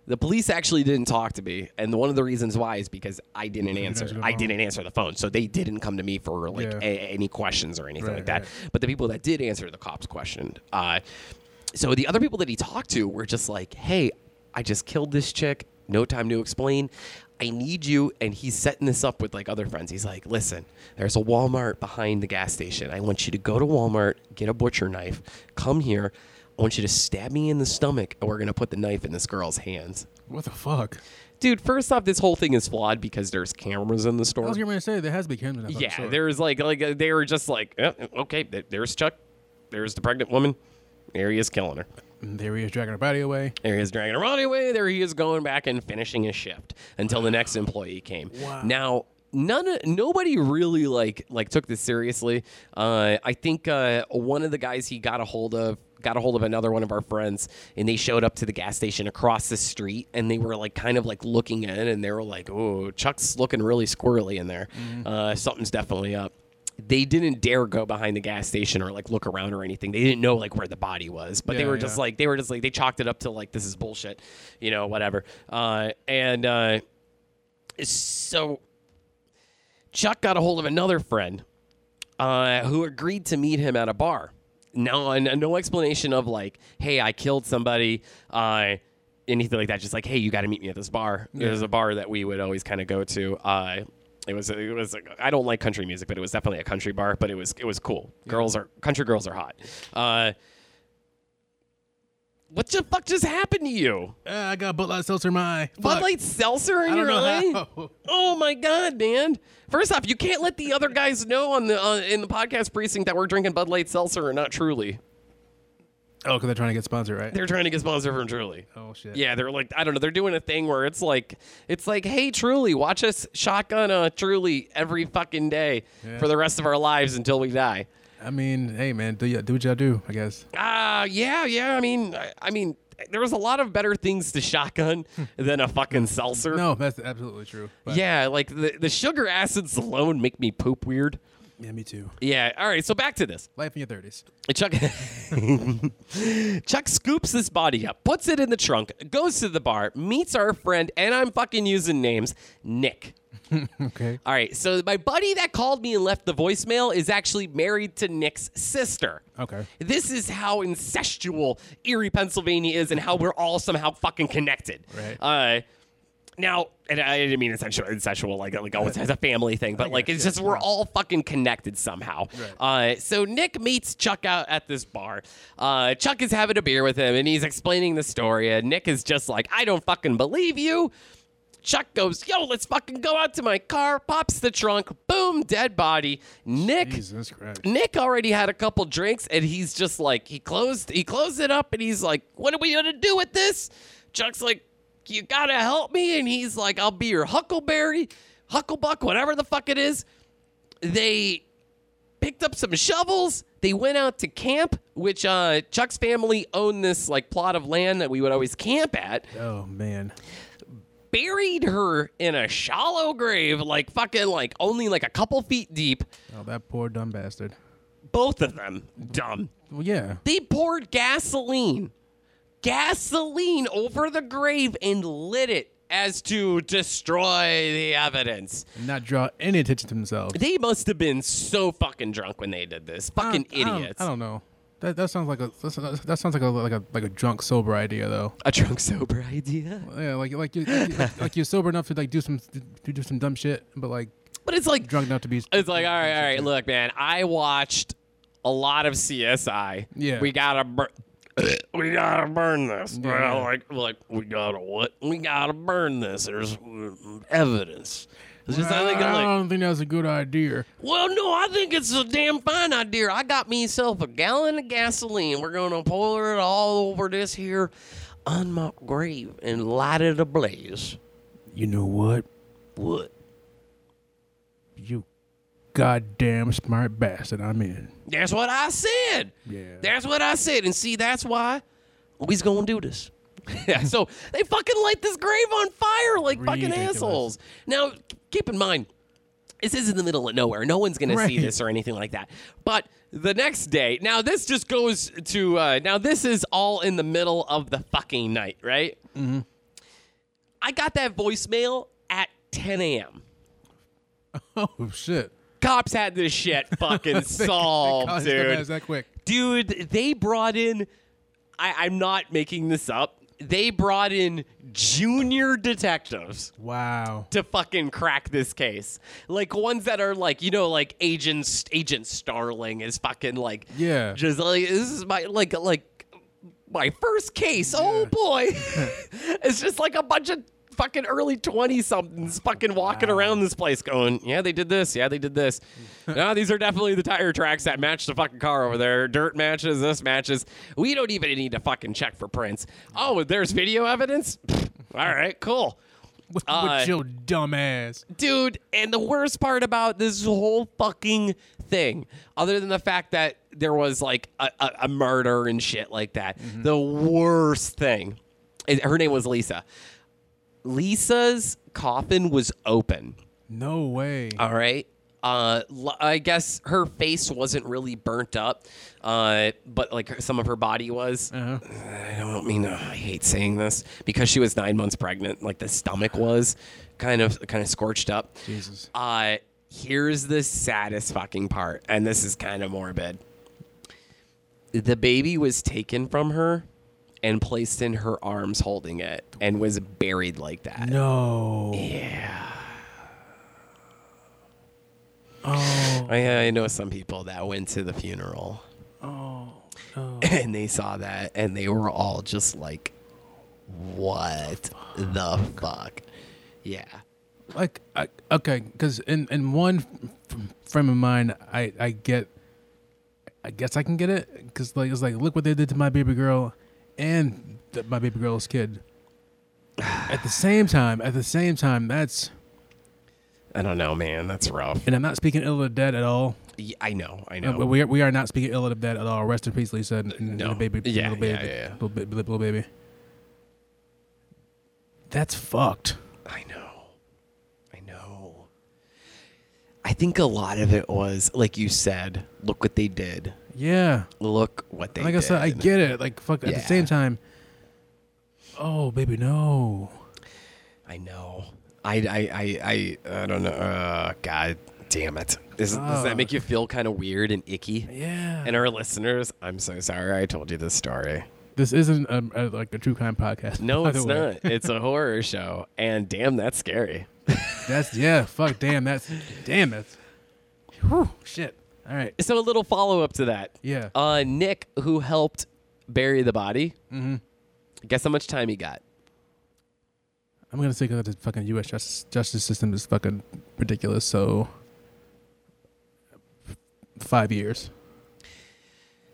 Speaker 3: The police actually didn't talk to me, and one of the reasons why is because I didn't
Speaker 2: answer
Speaker 3: answer.
Speaker 2: the
Speaker 3: I
Speaker 2: phone.
Speaker 3: didn't answer the phone, so they didn't come to me for like
Speaker 2: Yeah.
Speaker 3: a- any questions or anything
Speaker 2: Right,
Speaker 3: like that. But the people that did answer the cops questioned. Uh, so the other people that he talked to were just like, "Hey, I just killed this chick. No time to explain. I need you. And he's setting this up with like other friends. He's like, listen, there's a Walmart behind the gas station. I want you to go to Walmart, get a butcher knife, come here. I want you to stab me in the stomach, and we're going to put the knife in this girl's hands.
Speaker 2: What the fuck?
Speaker 3: Dude, first off, this whole thing is flawed because there's cameras in the
Speaker 2: I
Speaker 3: store.
Speaker 2: was gonna say there has to be cameras. in that
Speaker 3: Yeah,
Speaker 2: store.
Speaker 3: there's like like uh, they were just like "Yeah, okay, th- there's Chuck, there's the pregnant woman, there he is killing her,
Speaker 2: And Mm, there he is dragging her body away.
Speaker 3: there he is dragging her on away, there he is going back and finishing his shift until the next employee came.
Speaker 2: Wow.
Speaker 3: Now none of, nobody really like like took this seriously. Uh, I think uh, one of the guys he got a hold of got a hold of another one of our friends and they showed up to the gas station across the street and they were like kind of like looking in and they were like oh chuck's looking really squirrely in there
Speaker 2: Mm-hmm.
Speaker 3: uh, something's definitely up they didn't dare go behind the gas station or like look around or anything they didn't know like where the body was but they
Speaker 2: Yeah,
Speaker 3: were just
Speaker 2: yeah.
Speaker 3: like they were just like they chalked it up to like this is bullshit you know whatever uh, and uh, so Chuck got a hold of another friend uh, who agreed to meet him at a bar. No, and no explanation of like, hey, I killed somebody, uh, anything like that. Just like, hey, you got to meet me at this bar. It was a bar that we would always kind of go to. Uh, it was it was I don't like country music, but it was definitely a country bar. But it was it was cool. Girls are country girls are hot. Uh, what the fuck just happened to you?
Speaker 2: Ah, I got Bud Light seltzer in my. eye.
Speaker 3: Bud
Speaker 2: Fuck.
Speaker 3: Light seltzer in
Speaker 2: I don't
Speaker 3: your eye?
Speaker 2: know how.
Speaker 3: Oh my god, man! First off, you can't let the other guys know on the uh, in the podcast precinct that we're drinking Bud Light Seltzer or not Truly.
Speaker 2: Oh, because they're trying to get sponsored, right?
Speaker 3: They're trying to get sponsored from Truly.
Speaker 2: oh shit.
Speaker 3: Yeah, they're like I don't know. They're doing a thing where it's like it's like, hey, Truly, watch us shotgun uh, Truly every fucking day
Speaker 2: Yeah.
Speaker 3: for the rest of our lives until we die.
Speaker 2: I mean, hey man, do y- do what y'all do, I guess.
Speaker 3: Uh, yeah, yeah. I mean, I, I mean, there was a lot of better things to shotgun
Speaker 2: Hmm.
Speaker 3: than a fucking seltzer.
Speaker 2: No, that's absolutely true. But-
Speaker 3: Yeah, like the, the sugar acids alone make me poop weird.
Speaker 2: yeah, me too.
Speaker 3: Yeah. All right. So back to this.
Speaker 2: Life in your thirties.
Speaker 3: Chuck Chuck scoops this body up, puts it in the trunk, goes to the bar, meets our friend, and I'm fucking using names, Nick.
Speaker 2: Okay.
Speaker 3: All right, so my buddy that called me and left the voicemail is actually married to Nick's sister.
Speaker 2: Okay.
Speaker 3: This is how incestual Erie, Pennsylvania is and how we're all somehow fucking connected.
Speaker 2: Right.
Speaker 3: Uh, now, and I didn't mean incestual, incestual like, like always has a family thing, but like
Speaker 2: guess,
Speaker 3: it's
Speaker 2: yeah.
Speaker 3: just we're all fucking connected somehow. Uh, so Nick meets Chuck out at this bar. Uh, Chuck is having a beer with him and he's explaining the story. And Nick is just like, I don't fucking believe you. Chuck goes, Yo, let's fucking go out to my car, pops the trunk, boom, dead body. Nick
Speaker 2: Jesus Christ.
Speaker 3: Nick already had a couple drinks and he's just like he closed he closed it up and he's like, "What are we gonna do with this?" Chuck's like, "You gotta help me," and he's like, "I'll be your huckleberry, hucklebuck, whatever the fuck it is." They picked up some shovels. They went out to camp, which uh, Chuck's family owned this like plot of land that we would always camp at
Speaker 2: Oh man.
Speaker 3: buried her in a shallow grave, like fucking like only like a couple feet deep.
Speaker 2: Oh, that poor dumb bastard.
Speaker 3: Both of them dumb.
Speaker 2: Well, yeah.
Speaker 3: They poured gasoline, gasoline over the grave and lit it as to destroy the evidence.
Speaker 2: Not draw any attention to themselves.
Speaker 3: They must have been so fucking drunk when they did this. Fucking
Speaker 2: I don't-
Speaker 3: idiots.
Speaker 2: I don't know. That, that sounds like a that's- that sounds like a like a like a drunk sober idea though.
Speaker 3: A drunk sober idea.
Speaker 2: Yeah, like like you like, like you're sober enough to like do some to do some dumb shit, but like
Speaker 3: But it's like
Speaker 2: drunk enough to be.
Speaker 3: It's like, all right, all right, look, man, I watched a lot of CSI.
Speaker 2: Yeah.
Speaker 3: We gotta burn. We gotta burn this.
Speaker 2: Yeah.
Speaker 3: Well, like, like we gotta what? We gotta burn this. There's evidence. It's just, I think,
Speaker 2: I
Speaker 3: like,
Speaker 2: don't think that's a good idea.
Speaker 3: well, no, I think it's a damn fine idea. I got myself a gallon of gasoline. We're gonna pour it all over this here unmarked grave and light it ablaze.
Speaker 2: You know what?
Speaker 3: What?
Speaker 2: You goddamn smart bastard. I'm in.
Speaker 3: That's what I said.
Speaker 2: Yeah.
Speaker 3: That's what I said. And see, that's why we's gonna do this. yeah. So they fucking light this grave on fire like fucking
Speaker 2: Ridiculous.
Speaker 3: assholes. Now, keep in mind, this is in the middle of nowhere. No one's gonna see
Speaker 2: Right.
Speaker 3: this or anything like that. But the next day, now this just goes to uh, now this is all in the middle of the fucking night, right? Mm-hmm. I got that voicemail at 10 a.m.
Speaker 2: Oh shit. Oh,
Speaker 3: Cops had this shit fucking solved,
Speaker 2: Cause his dumb
Speaker 3: dude
Speaker 2: ass That quick.
Speaker 3: dude they brought in I, i'm not making this up they brought in junior detectives
Speaker 2: Wow.
Speaker 3: to fucking crack this case. Like ones that are like, you know, like agent agent Starling is fucking like
Speaker 2: Yeah.
Speaker 3: just like this is my like like my first case. Oh boy. it's just like a bunch of fucking early 20 somethings fucking walking around this place going, "Yeah, they did this. Yeah, they did this." no, these are definitely the tire tracks that match the fucking car over there. Dirt matches, this matches. We don't even need to fucking check for prints. Oh, there's video evidence? Pfft, All right, cool
Speaker 2: With,
Speaker 3: Uh,
Speaker 2: with your dumb ass.
Speaker 3: dude and the worst part about this whole fucking thing other than the fact that there was like a, a, a murder and shit like that the worst thing is her name was lisa lisa's coffin was open
Speaker 2: No way.
Speaker 3: all right. Uh, l- I guess her face wasn't really burnt up, uh, but like her- some of her body was. I don't mean to, I hate saying this because she was nine months pregnant. Like the stomach was kind of kind of scorched up.
Speaker 2: Jesus.
Speaker 3: Uh, here's the saddest fucking part, and this is kind of morbid. The baby was taken from her and placed in her arms, holding it, and was buried like that.
Speaker 2: No. Yeah. Oh.
Speaker 3: I, I know some people that went to the funeral. Oh. And they saw that and they were all just like, what the fuck? Yeah.
Speaker 2: like I, okay because in in one f- frame of mind i i get i guess i can get it because like it's like look what they did to my baby girl and th- my baby girl's kid at the same time at the same time that's
Speaker 3: I don't know, man. That's rough.
Speaker 2: and i'm not speaking ill of the dead at all
Speaker 3: Y- I know. I
Speaker 2: Uh,
Speaker 3: know.
Speaker 2: we, are, we are not speaking ill of the dead at all rest in peace lisa and, and
Speaker 3: No.
Speaker 2: little baby
Speaker 3: Yeah,
Speaker 2: little baby
Speaker 3: yeah, yeah, yeah.
Speaker 2: Little, ba- little baby that's fucked
Speaker 3: I know. I know. I think a lot of it was, like you said, look what they did.
Speaker 2: yeah
Speaker 3: Look what they
Speaker 2: like
Speaker 3: did.
Speaker 2: I said, I get it. Like fuck. At
Speaker 3: Yeah.
Speaker 2: the same time, oh baby, no.
Speaker 3: I know. I I I I, I don't know. Uh, God damn it! Does, does that make you feel kind of weird and icky?
Speaker 2: Yeah.
Speaker 3: And our listeners, I'm so sorry I told you this story.
Speaker 2: this isn't a, a, like a true crime podcast.
Speaker 3: No,
Speaker 2: by the
Speaker 3: it's
Speaker 2: way.
Speaker 3: not. It's a horror show, and damn, that's scary.
Speaker 2: That's yeah. Fuck. Damn. That's damn. That's. Whew, shit. All right.
Speaker 3: So a little follow up to that.
Speaker 2: Yeah.
Speaker 3: Uh, Nick, who helped bury the body, mm-hmm. guess how much time he got?
Speaker 2: I'm gonna say because the fucking U.S. justice justice system is fucking ridiculous. So five years.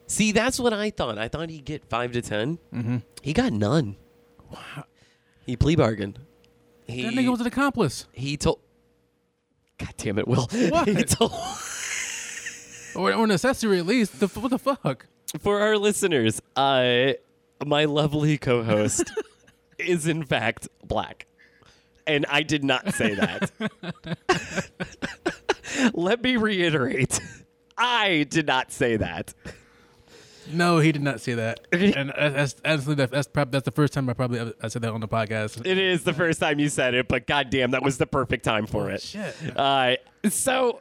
Speaker 3: See, that's what I thought. I thought he'd get five to 10 Mm-hmm. He got none. He plea bargained. He,
Speaker 2: That nigga was an accomplice.
Speaker 3: he told. God damn it, Will. He
Speaker 2: What?
Speaker 3: told.
Speaker 2: Or, or an accessory at least. The, f- what the fuck?
Speaker 3: for our listeners, uh, my lovely co-host is in fact black, and I did not say that. Let me reiterate, I did not say that.
Speaker 2: No, he did not say that. and uh, that's, honestly, that- that's prob- that's the first time I probably ever- I said that on the podcast.
Speaker 3: It is the first time you said it, but goddamn, that was the perfect time for it.
Speaker 2: shit.
Speaker 3: Uh, so,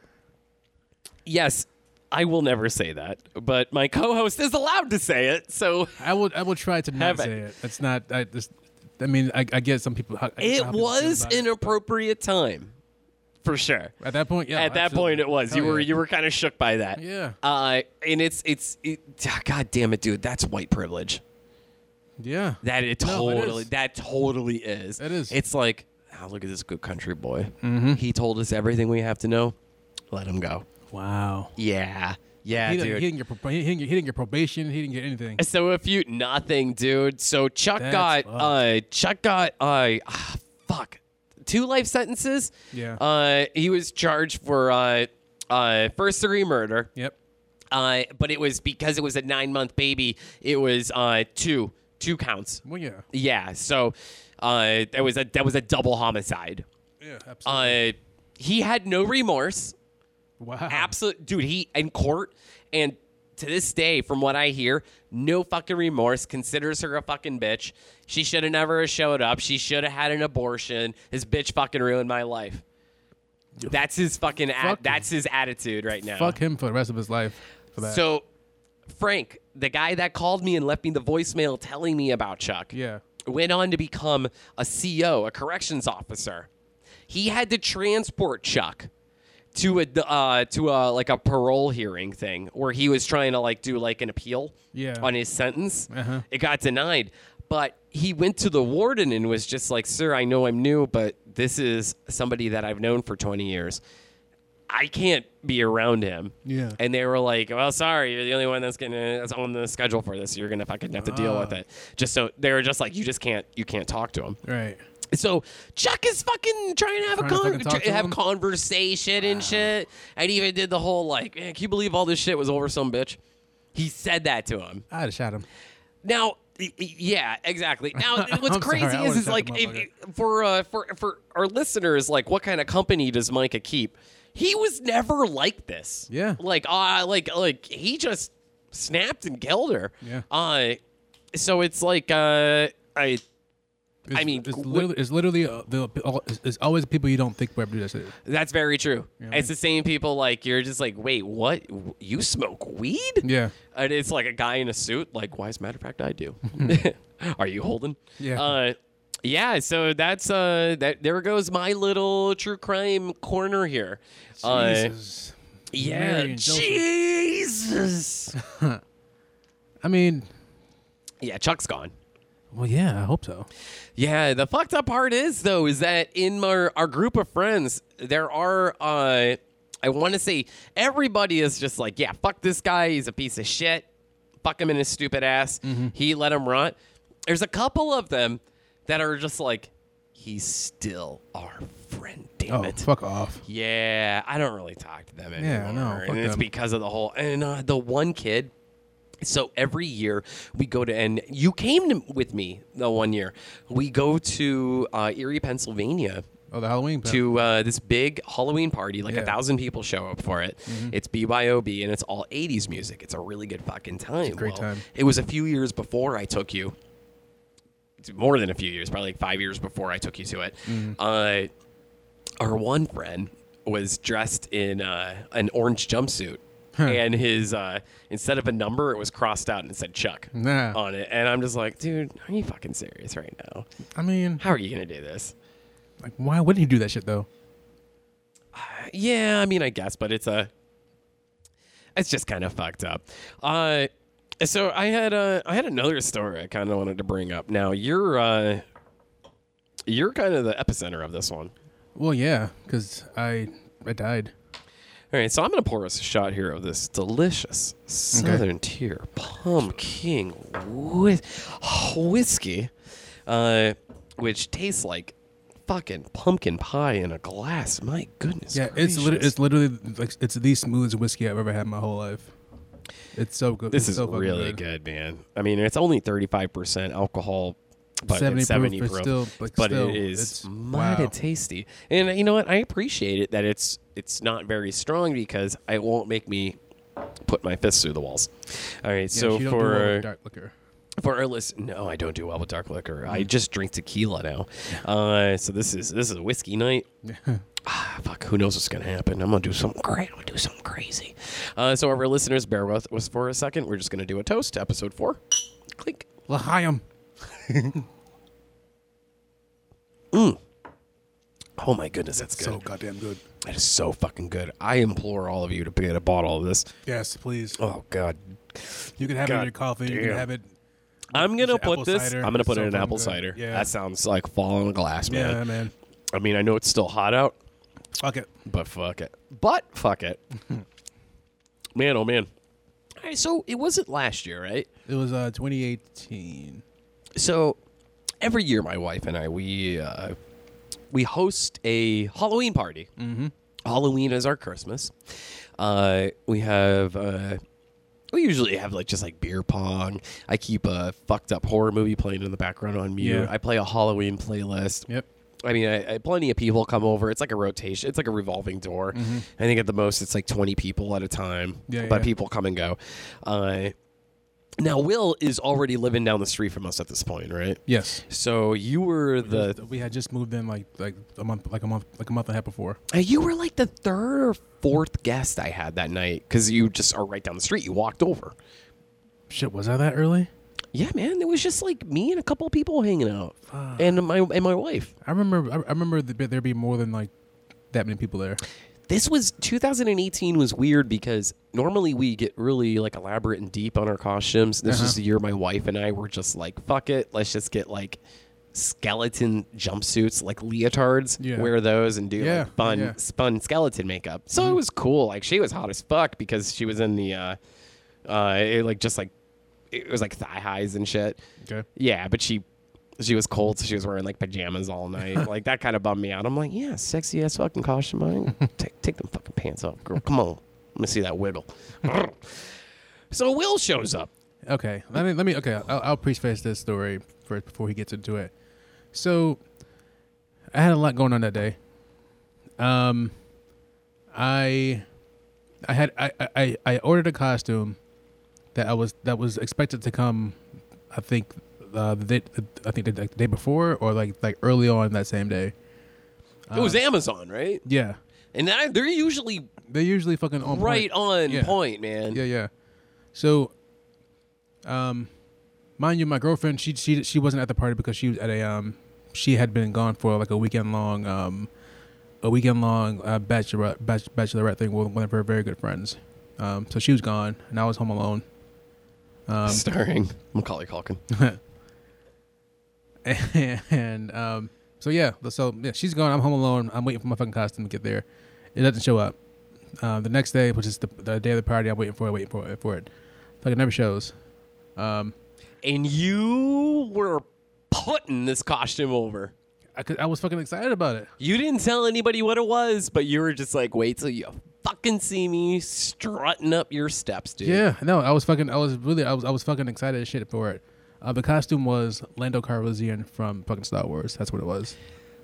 Speaker 3: yes, I will never say that, but my co-host is allowed to say it. So.
Speaker 2: I will. I will try to not
Speaker 3: Have it.
Speaker 2: say it. It's not. I just. I mean, I, I get some people. How, I get
Speaker 3: It
Speaker 2: how people feel
Speaker 3: was
Speaker 2: about
Speaker 3: an
Speaker 2: it.
Speaker 3: appropriate time, for sure.
Speaker 2: at that point. Yeah.
Speaker 3: At that
Speaker 2: absolutely.
Speaker 3: point, it was you
Speaker 2: Hell
Speaker 3: were
Speaker 2: yeah.
Speaker 3: you were kind of shook by that.
Speaker 2: Yeah.
Speaker 3: Uh, and it's it's it, ah, God damn it, dude, that's white privilege.
Speaker 2: Yeah.
Speaker 3: That it
Speaker 2: No, it
Speaker 3: totally
Speaker 2: is.
Speaker 3: that totally is.
Speaker 2: It is. Mm-hmm.
Speaker 3: It's like, oh, look at this good country boy. He told us everything we have to know. Let him go.
Speaker 2: Wow.
Speaker 3: Yeah, yeah,
Speaker 2: He
Speaker 3: dude.
Speaker 2: didn't, he didn't get. prob- He didn't get, he didn't get probation. He didn't get anything.
Speaker 3: So if you nothing, dude. So Chuck
Speaker 2: That's
Speaker 3: got
Speaker 2: fucked.
Speaker 3: uh Chuck got uh ah, fuck two life sentences.
Speaker 2: Yeah.
Speaker 3: Uh, he was charged for uh uh first degree murder.
Speaker 2: Yep.
Speaker 3: Uh, but it was because it was a nine month baby. It was uh two two counts.
Speaker 2: Well, yeah.
Speaker 3: Yeah. So uh that was a that was a double homicide.
Speaker 2: Yeah. Absolutely.
Speaker 3: Uh, he had no remorse
Speaker 2: wow.
Speaker 3: absolute dude he in court and to this day from what i hear no fucking remorse considers her a fucking bitch she should have never showed up she should have had an abortion this bitch fucking ruined my life that's his fucking
Speaker 2: Fuck
Speaker 3: at,
Speaker 2: him.
Speaker 3: that's his attitude right now
Speaker 2: Fuck him for the rest of his life. For that.
Speaker 3: so frank the guy that called me and left me the voicemail telling me about chuck
Speaker 2: yeah.
Speaker 3: went on to become a CO, a corrections officer. He had to transport Chuck to a uh, to a like a parole hearing thing where he was trying to like do like an appeal
Speaker 2: Yeah.
Speaker 3: on his sentence. It got denied, but he went to the warden and was just like, "Sir, I know I'm new, but this is somebody that I've known for 20 years. I can't be around him."
Speaker 2: Yeah.
Speaker 3: And they were like, "Well, sorry, you're the only one that's gonna that's on the schedule for this. You're gonna fucking have to deal
Speaker 2: Ah.
Speaker 3: with it." Just so they were just like, "You just can't you can't talk to him."
Speaker 2: Right.
Speaker 3: So Chuck is fucking trying to have
Speaker 2: Trying to
Speaker 3: a
Speaker 2: fucking
Speaker 3: con-
Speaker 2: talk
Speaker 3: tr-
Speaker 2: to
Speaker 3: have
Speaker 2: him? Ah.
Speaker 3: conversation and shit. And he even did the whole like, "Man, can you believe all this shit was over some bitch? He said that to him.
Speaker 2: I'd have shot him.
Speaker 3: Now, y- y- yeah, exactly. Now, what's
Speaker 2: I'm sorry,
Speaker 3: crazy
Speaker 2: I
Speaker 3: is,
Speaker 2: would've
Speaker 3: is
Speaker 2: shot
Speaker 3: like
Speaker 2: the
Speaker 3: if,
Speaker 2: motherfucker.
Speaker 3: for uh, for for our listeners, like what kind of company does Micah keep? He was never like this.
Speaker 2: Yeah.
Speaker 3: like uh, like like he just snapped and killed her.
Speaker 2: Yeah.
Speaker 3: Uh, so it's like uh, I
Speaker 2: It's,
Speaker 3: mean,
Speaker 2: it's
Speaker 3: wh-
Speaker 2: literally, it's literally uh, the, all- it's- it's always people you don't think would ever do this. It-
Speaker 3: That's very true. it's the same people like you're just like, wait, what? You smoke weed?
Speaker 2: Yeah.
Speaker 3: And it's like a guy in a suit. Like, why? As a matter of fact, I do. Are you holding?
Speaker 2: Yeah.
Speaker 3: Uh, yeah. So that's uh, that. There goes my little true crime corner here. Uh,
Speaker 2: Jesus.
Speaker 3: yeah.
Speaker 2: Mary and Joseph.
Speaker 3: Jesus.
Speaker 2: I mean,
Speaker 3: yeah. Chuck's gone.
Speaker 2: well, yeah, I hope so.
Speaker 3: Yeah, the fucked up part is though is that in our, our group of friends there are uh I want to say everybody is just like, yeah, fuck this guy, he's a piece of shit. Fuck him in his stupid ass. He let him rot. There's a couple of them that are just like he's still our friend, damn
Speaker 2: Oh,
Speaker 3: it.
Speaker 2: fuck off.
Speaker 3: Yeah, I don't really talk to them anymore.
Speaker 2: Yeah, I know. Fuck
Speaker 3: And it's
Speaker 2: them.
Speaker 3: because of the whole and uh, the one kid. So every year we go to and you came to, with me the one year we go to uh, Erie, Pennsylvania
Speaker 2: Oh, the Halloween. pa-
Speaker 3: to uh, this big Halloween party. Like
Speaker 2: Yeah. Mm-hmm.
Speaker 3: a thousand people show up for it. It's BYOB and it's all '80s music. It's a really good fucking time.
Speaker 2: great
Speaker 3: Well,
Speaker 2: time.
Speaker 3: It was a few years before I took you. It's more than a few years, probably like five years before I took you to it.
Speaker 2: Mm-hmm.
Speaker 3: Uh, our one friend was dressed in uh, an orange jumpsuit. And his uh, instead of a number, it was crossed out and it said Chuck
Speaker 2: Nah.
Speaker 3: on it. And I'm just like, dude, are you fucking serious right now?
Speaker 2: I mean,
Speaker 3: How are you gonna do this?
Speaker 2: like, why wouldn't you do that shit though?
Speaker 3: Yeah, I mean, I guess, but it's a, it's just kind of fucked up. Uh, so I had uh, I had another story I kind of wanted to bring up. Now you're uh, you're kind of the epicenter of this one.
Speaker 2: Well, yeah, because I I died.
Speaker 3: All right, so I'm gonna pour us a shot here of this delicious Southern Tier pumpkin whis- whiskey, uh, which tastes like fucking pumpkin pie in a glass. My goodness.
Speaker 2: Yeah, it's lit-
Speaker 3: gracious.
Speaker 2: it's literally like it's the smoothest whiskey I've ever had in my whole life. It's so good.
Speaker 3: This
Speaker 2: It's
Speaker 3: is
Speaker 2: so fucking
Speaker 3: really good. man. I mean, it's only 35% alcohol, but 70
Speaker 2: 70
Speaker 3: it's 70 proof,
Speaker 2: proof, but still- but
Speaker 3: But
Speaker 2: still,
Speaker 3: it is
Speaker 2: it's-
Speaker 3: mighty
Speaker 2: wow.
Speaker 3: tasty. And you know what? I appreciate it that it's it's not very strong because it won't make me put my fists through the walls. All right,
Speaker 2: Yeah,
Speaker 3: so
Speaker 2: you don't do
Speaker 3: for
Speaker 2: well with dark liquor.
Speaker 3: for our list, no, I don't do well with dark liquor. I
Speaker 2: Mm.
Speaker 3: just drink tequila now. Uh, so this is this is a whiskey night. Ah, fuck, who knows what's gonna happen? I'm gonna do something great. I'm gonna do something crazy. Uh, so our listeners, bear with us for a second. We're just gonna do a toast to episode four. Click.
Speaker 2: L'chaim.
Speaker 3: Oh my goodness, that's good.
Speaker 2: So goddamn good.
Speaker 3: that is so fucking good. I implore all of you to get a bottle of this.
Speaker 2: Yes, please.
Speaker 3: Oh god.
Speaker 2: You can have it
Speaker 3: God
Speaker 2: in your coffee. You
Speaker 3: damn.
Speaker 2: can have it.
Speaker 3: I'm gonna
Speaker 2: It's apple
Speaker 3: put this.
Speaker 2: cider.
Speaker 3: I'm gonna put
Speaker 2: So
Speaker 3: it in
Speaker 2: fucking
Speaker 3: apple
Speaker 2: good.
Speaker 3: cider.
Speaker 2: Yeah.
Speaker 3: That sounds like fall on a glass, man.
Speaker 2: Yeah, man.
Speaker 3: I mean, I know it's still hot out.
Speaker 2: Fuck it.
Speaker 3: But fuck it. But fuck it. man, oh man. All right, so it wasn't last year, right?
Speaker 2: It was uh 2018.
Speaker 3: So every year, my wife and I we uh, we host a Halloween party. Mm-hmm. Halloween is our Christmas. Uh, we have. Uh, we usually have like just like beer pong. I keep a fucked up horror movie playing in the background on mute.
Speaker 2: Yeah.
Speaker 3: I play a Halloween playlist.
Speaker 2: Yep.
Speaker 3: I mean, I, I, plenty of people come over. It's like a rotation. It's like a revolving door. I think at the most it's like twenty people at a time.
Speaker 2: Yeah,
Speaker 3: but
Speaker 2: yeah.
Speaker 3: people come and go. Uh, now Will is already living down the street from us at this point, right?
Speaker 2: Yes.
Speaker 3: So you were the
Speaker 2: we had just moved in like like a month like a month like a month and a half before.
Speaker 3: uh, you were like the third or fourth guest I had that night because you just are right down the street. You walked over.
Speaker 2: Shit, was I that early?
Speaker 3: Yeah, man, it was just like me and a couple people hanging out, and my and my wife.
Speaker 2: I remember. I I remember th- there be more than like that many people there.
Speaker 3: This was 2018 was weird because normally we get really like elaborate and deep on our costumes. This
Speaker 2: Uh-huh.
Speaker 3: was the year my wife and I were just like, fuck it, let's just get like skeleton jumpsuits, like leotards,
Speaker 2: Yeah.
Speaker 3: wear those and do
Speaker 2: Yeah,
Speaker 3: like fun
Speaker 2: yeah. Mm-hmm.
Speaker 3: spun skeleton makeup. So it was cool. Like she was hot as fuck because she was in the uh uh it, like just like it was like thigh highs and shit.
Speaker 2: Okay.
Speaker 3: Yeah, but she she was cold, so she was wearing like pajamas all night. like that kind of bummed me out. I'm like, yeah, sexy ass fucking costume. I take take them fucking pants off, girl. Come on, let me see that whittle. so Will shows up.
Speaker 2: Okay, let me let me. Okay, I'll, I'll preface this story first before he gets into it. So, I had a lot going on that day. Um, I, I had I I- I, I ordered a costume that I was that was expected to come, I think, uh, the day, I think the, the day before or like like early on that same day.
Speaker 3: it was Amazon, right?
Speaker 2: Yeah,
Speaker 3: And I, they're usually
Speaker 2: they're usually fucking on Uh, point.
Speaker 3: right on
Speaker 2: Yeah.
Speaker 3: point, man.
Speaker 2: Yeah, yeah. So, um, mind you, my girlfriend she she she wasn't at the party because she was at a um she had been gone for like a weekend long um a weekend long uh, bachelorette bach- bachelorette thing with one of her very good friends. Um, so she was gone and I was home alone. Um,
Speaker 3: Starring Macaulay Culkin.
Speaker 2: and um, so yeah, so yeah, she's gone. I'm home alone. I'm waiting for my fucking costume to get there. It doesn't show up. Uh, the next day, which is the, the day of the party, I'm waiting for it, waiting for it, for it. Fucking never shows. Um,
Speaker 3: and you were putting this costume over.
Speaker 2: I, could- I was fucking excited about it.
Speaker 3: You didn't tell anybody what it was, but you were just like, wait till you fucking see me strutting up your steps, dude.
Speaker 2: Yeah, no, I was fucking, I was really, I was, I was fucking excited as shit for it. Uh, the costume was Lando Calrissian from fucking Star Wars. That's what it was.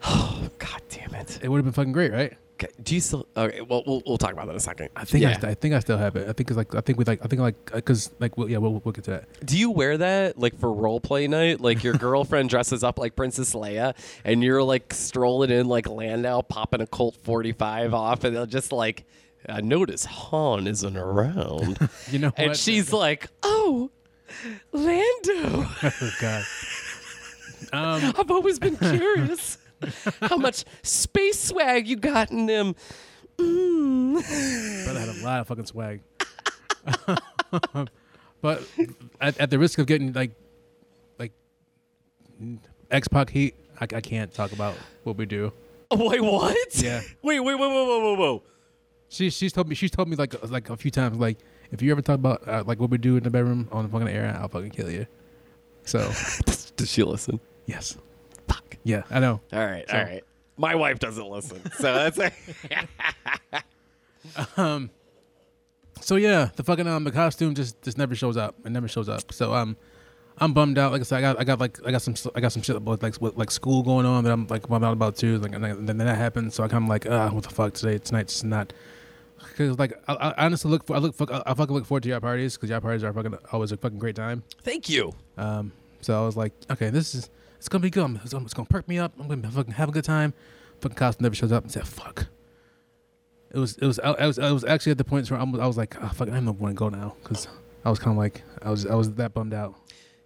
Speaker 3: God damn it.
Speaker 2: It would have been fucking great, right?
Speaker 3: Okay, do you still? Okay, well, we'll, we'll talk about that in a second.
Speaker 2: I think I, st- I think I still have it. I think it's like, I think we like, I think like, because like, we'll, yeah, we'll, we'll get to that.
Speaker 3: do you wear that like for role play night? Like your girlfriend dresses up like Princess Leia, and you're like strolling in like Landau, popping a Colt 45 off, and they'll just like, I notice Han isn't around,
Speaker 2: You know,
Speaker 3: and
Speaker 2: what?
Speaker 3: she's like, oh. Lando,
Speaker 2: oh god. Um,
Speaker 3: I've always been curious how much space swag you got in them. Mm.
Speaker 2: brother had a lot of fucking swag. but at, at the risk of getting like, like, X Pac heat, I, I can't talk about what we do.
Speaker 3: Wait, what?
Speaker 2: Yeah.
Speaker 3: Wait, wait, wait, whoa, whoa, whoa, whoa.
Speaker 2: She she's told me she's told me like uh, like a few times like if you ever talk about uh, like what we do in the bedroom on the fucking air, I'll fucking kill you. So
Speaker 3: Does she listen?
Speaker 2: yes,
Speaker 3: Fuck.
Speaker 2: yeah, I know.
Speaker 3: All right, all right. My wife doesn't listen, so that's
Speaker 2: So yeah, the fucking um the costume just just never shows up. It never shows up. So um. I'm bummed out. Like I said, I got, I got like, I got some, I got some shit about like, with, like school going on that I'm like bummed out about too. Like, and then then that happened, so I kind of like, ah, what the fuck today? Tonight's just not. Cause like, I, I honestly look, for, I look, fuck, I, I fucking look forward to your parties, cause your parties are fucking always a fucking great time.
Speaker 3: thank you.
Speaker 2: Um, so I was like, okay, this is it's gonna be good. I'm- It's gonna, it's gonna perk me up. I'm gonna fucking have a good time. Fucking costume never shows up and said, fuck. It was it was I, I was I was actually at the point where I'm, I was like, oh, fuck, I'm not want to go now because I was kind of like I was I was that bummed out.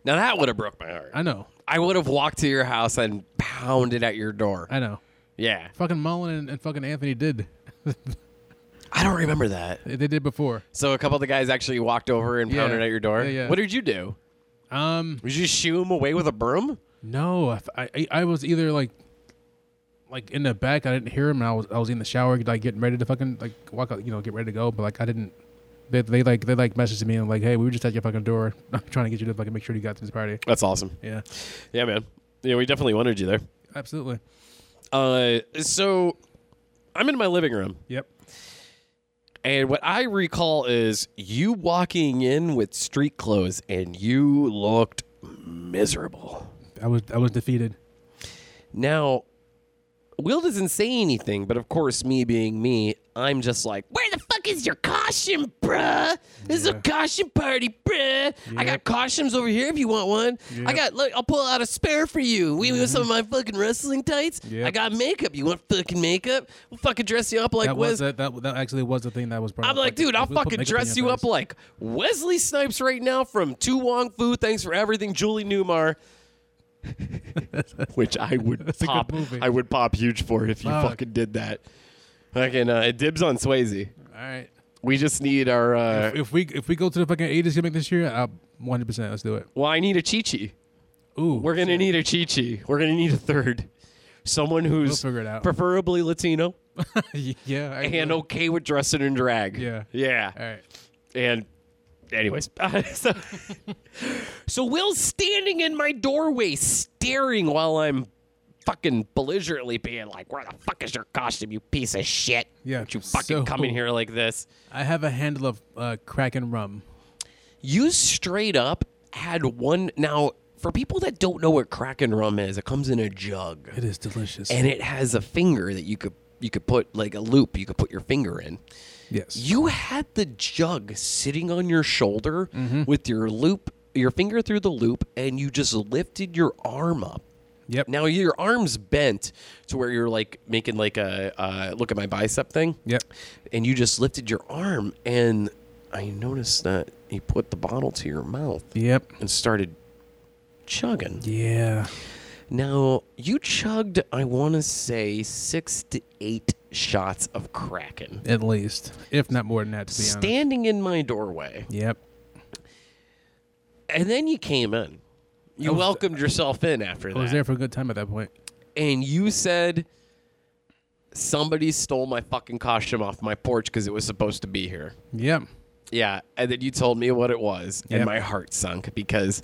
Speaker 3: Now that would have broke my heart.
Speaker 2: I know,
Speaker 3: I would have walked to your house and pounded at your door.
Speaker 2: I know.
Speaker 3: Yeah,
Speaker 2: Fucking Mullen and, and fucking Anthony did
Speaker 3: I don't remember that.
Speaker 2: they did before.
Speaker 3: So a couple of the guys actually walked over and
Speaker 2: Yeah.
Speaker 3: pounded at your door.
Speaker 2: Yeah, yeah.
Speaker 3: What did you do?
Speaker 2: Um,
Speaker 3: Did you shoo him away with a broom?
Speaker 2: no, I, I I was either like like in the back. I didn't hear him. And I was I was in the shower like getting ready to fucking like walk out. You know, get ready to go. But like I didn't they, they like they like messaged me and like, hey, we were just at your fucking door. I'm trying to get you to fucking make sure you got to this party.
Speaker 3: That's awesome.
Speaker 2: Yeah,
Speaker 3: Yeah, man. Yeah, we definitely wanted you there.
Speaker 2: absolutely.
Speaker 3: Uh, so I'm in my living room,
Speaker 2: Yep.
Speaker 3: and what I recall is you walking in with street clothes, and you looked miserable.
Speaker 2: I was I was defeated.
Speaker 3: Now, Will doesn't say anything, but of course, me being me, I'm just like, where the fuck is your caution, bruh? This is a caution party, bruh. I got cautions over here if you want one. I
Speaker 2: Yep.
Speaker 3: got, look, I'll pull out a spare for you. We got some of my fucking wrestling tights.
Speaker 2: Yep.
Speaker 3: I got makeup. You want fucking makeup? We'll fucking dress you up like
Speaker 2: that was
Speaker 3: Wes.
Speaker 2: that, that. That actually was the thing that was brought.
Speaker 3: I'm
Speaker 2: up.
Speaker 3: like, dude, I'll
Speaker 2: we'll put
Speaker 3: fucking
Speaker 2: makeup in
Speaker 3: dress
Speaker 2: your
Speaker 3: you up
Speaker 2: face.
Speaker 3: like Wesley Snipes right now from Tu Wong Fu. Thanks for everything, Julie Newmar. Which I would
Speaker 2: a good
Speaker 3: pop.
Speaker 2: movie.
Speaker 3: I would pop huge for if you
Speaker 2: Fuck.
Speaker 3: fucking did that. Fucking uh, dibs on Swayze.
Speaker 2: All right.
Speaker 3: We just need our. Uh,
Speaker 2: If we if we go to the fucking 80s gimmick this year, I 100 percent let's do it.
Speaker 3: well, I need a Chi Chi.
Speaker 2: Ooh,
Speaker 3: We're gonna need a Chi Chi. We're gonna need a third. Someone who's
Speaker 2: figure it out.
Speaker 3: preferably Latino
Speaker 2: yeah, I
Speaker 3: and okay with dressing in drag.
Speaker 2: Yeah.
Speaker 3: Yeah.
Speaker 2: All right.
Speaker 3: And, anyways, so, so Will's standing in my doorway, staring while I'm fucking belligerently being like, "Where the fuck is your costume, you piece of shit?
Speaker 2: Yeah,
Speaker 3: Don't you fucking
Speaker 2: so-
Speaker 3: come in here like this."
Speaker 2: I have a handle of uh, crack and rum.
Speaker 3: You straight up had one. Now, for people that don't know what Kraken rum is, it comes in a jug,
Speaker 2: It is delicious.
Speaker 3: and it has a finger that you could you could put like a loop you could put your finger in.
Speaker 2: yes.
Speaker 3: You had the jug sitting on your shoulder with your loop, your finger through the loop, and you just lifted your arm up.
Speaker 2: yep.
Speaker 3: Now your arm's bent to where you're like making like a uh, look at my bicep thing.
Speaker 2: Yep.
Speaker 3: And you just lifted your arm, and I noticed that you put the bottle to your mouth
Speaker 2: Yep.
Speaker 3: and started chugging.
Speaker 2: Yeah.
Speaker 3: Now you chugged, I want to say six to eight shots of Kraken.
Speaker 2: At least, if not more than that, to be honest.
Speaker 3: Standing in my doorway.
Speaker 2: Yep.
Speaker 3: And then you came in. You
Speaker 2: was-
Speaker 3: welcomed yourself in after
Speaker 2: I was
Speaker 3: that.
Speaker 2: there for a good time at that point.
Speaker 3: and you said, somebody stole my fucking costume off my porch because it was supposed to be here.
Speaker 2: Yep.
Speaker 3: Yeah. And then you told me what it was. And
Speaker 2: Yep.
Speaker 3: my heart sunk because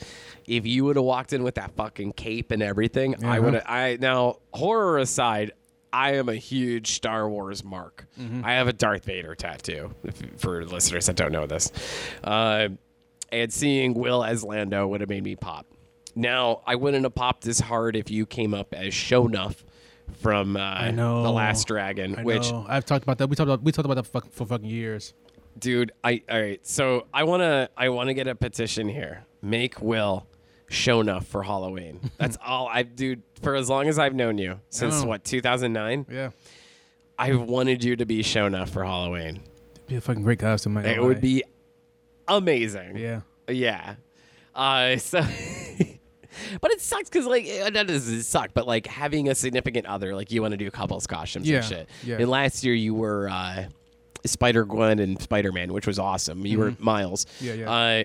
Speaker 3: if you would have walked in with that fucking cape and everything, I
Speaker 2: Uh-huh.
Speaker 3: would have. I Now, horror aside, I am a huge Star Wars mark.
Speaker 2: Mm-hmm.
Speaker 3: I have a Darth Vader tattoo if, for listeners that don't know this. Uh, and seeing Will as Lando would have made me pop. Now, I wouldn't have popped as hard if you came up as Shonuff from uh,
Speaker 2: know.
Speaker 3: The Last Dragon,
Speaker 2: I
Speaker 3: which
Speaker 2: know. I've talked about that. We talked about we talked about that fuck, for fucking years.
Speaker 3: dude i all right so i want to i want to get a petition here make will shona for halloween that's all i've dude for as long as i've known you since
Speaker 2: know.
Speaker 3: what 2009
Speaker 2: Yeah.
Speaker 3: i've wanted you to be shona for halloween
Speaker 2: It'd be a fucking great costume.
Speaker 3: it would be amazing
Speaker 2: Yeah.
Speaker 3: yeah uh so but it sucks because like eh, that doesn't suck but like having a significant other like you want to do couples costumes
Speaker 2: Yeah,
Speaker 3: and shit
Speaker 2: yeah.
Speaker 3: and last year you were uh Spider Gwen and Spider Man, which was awesome. You were Miles.
Speaker 2: Mm-hmm. Yeah, yeah.
Speaker 3: Uh,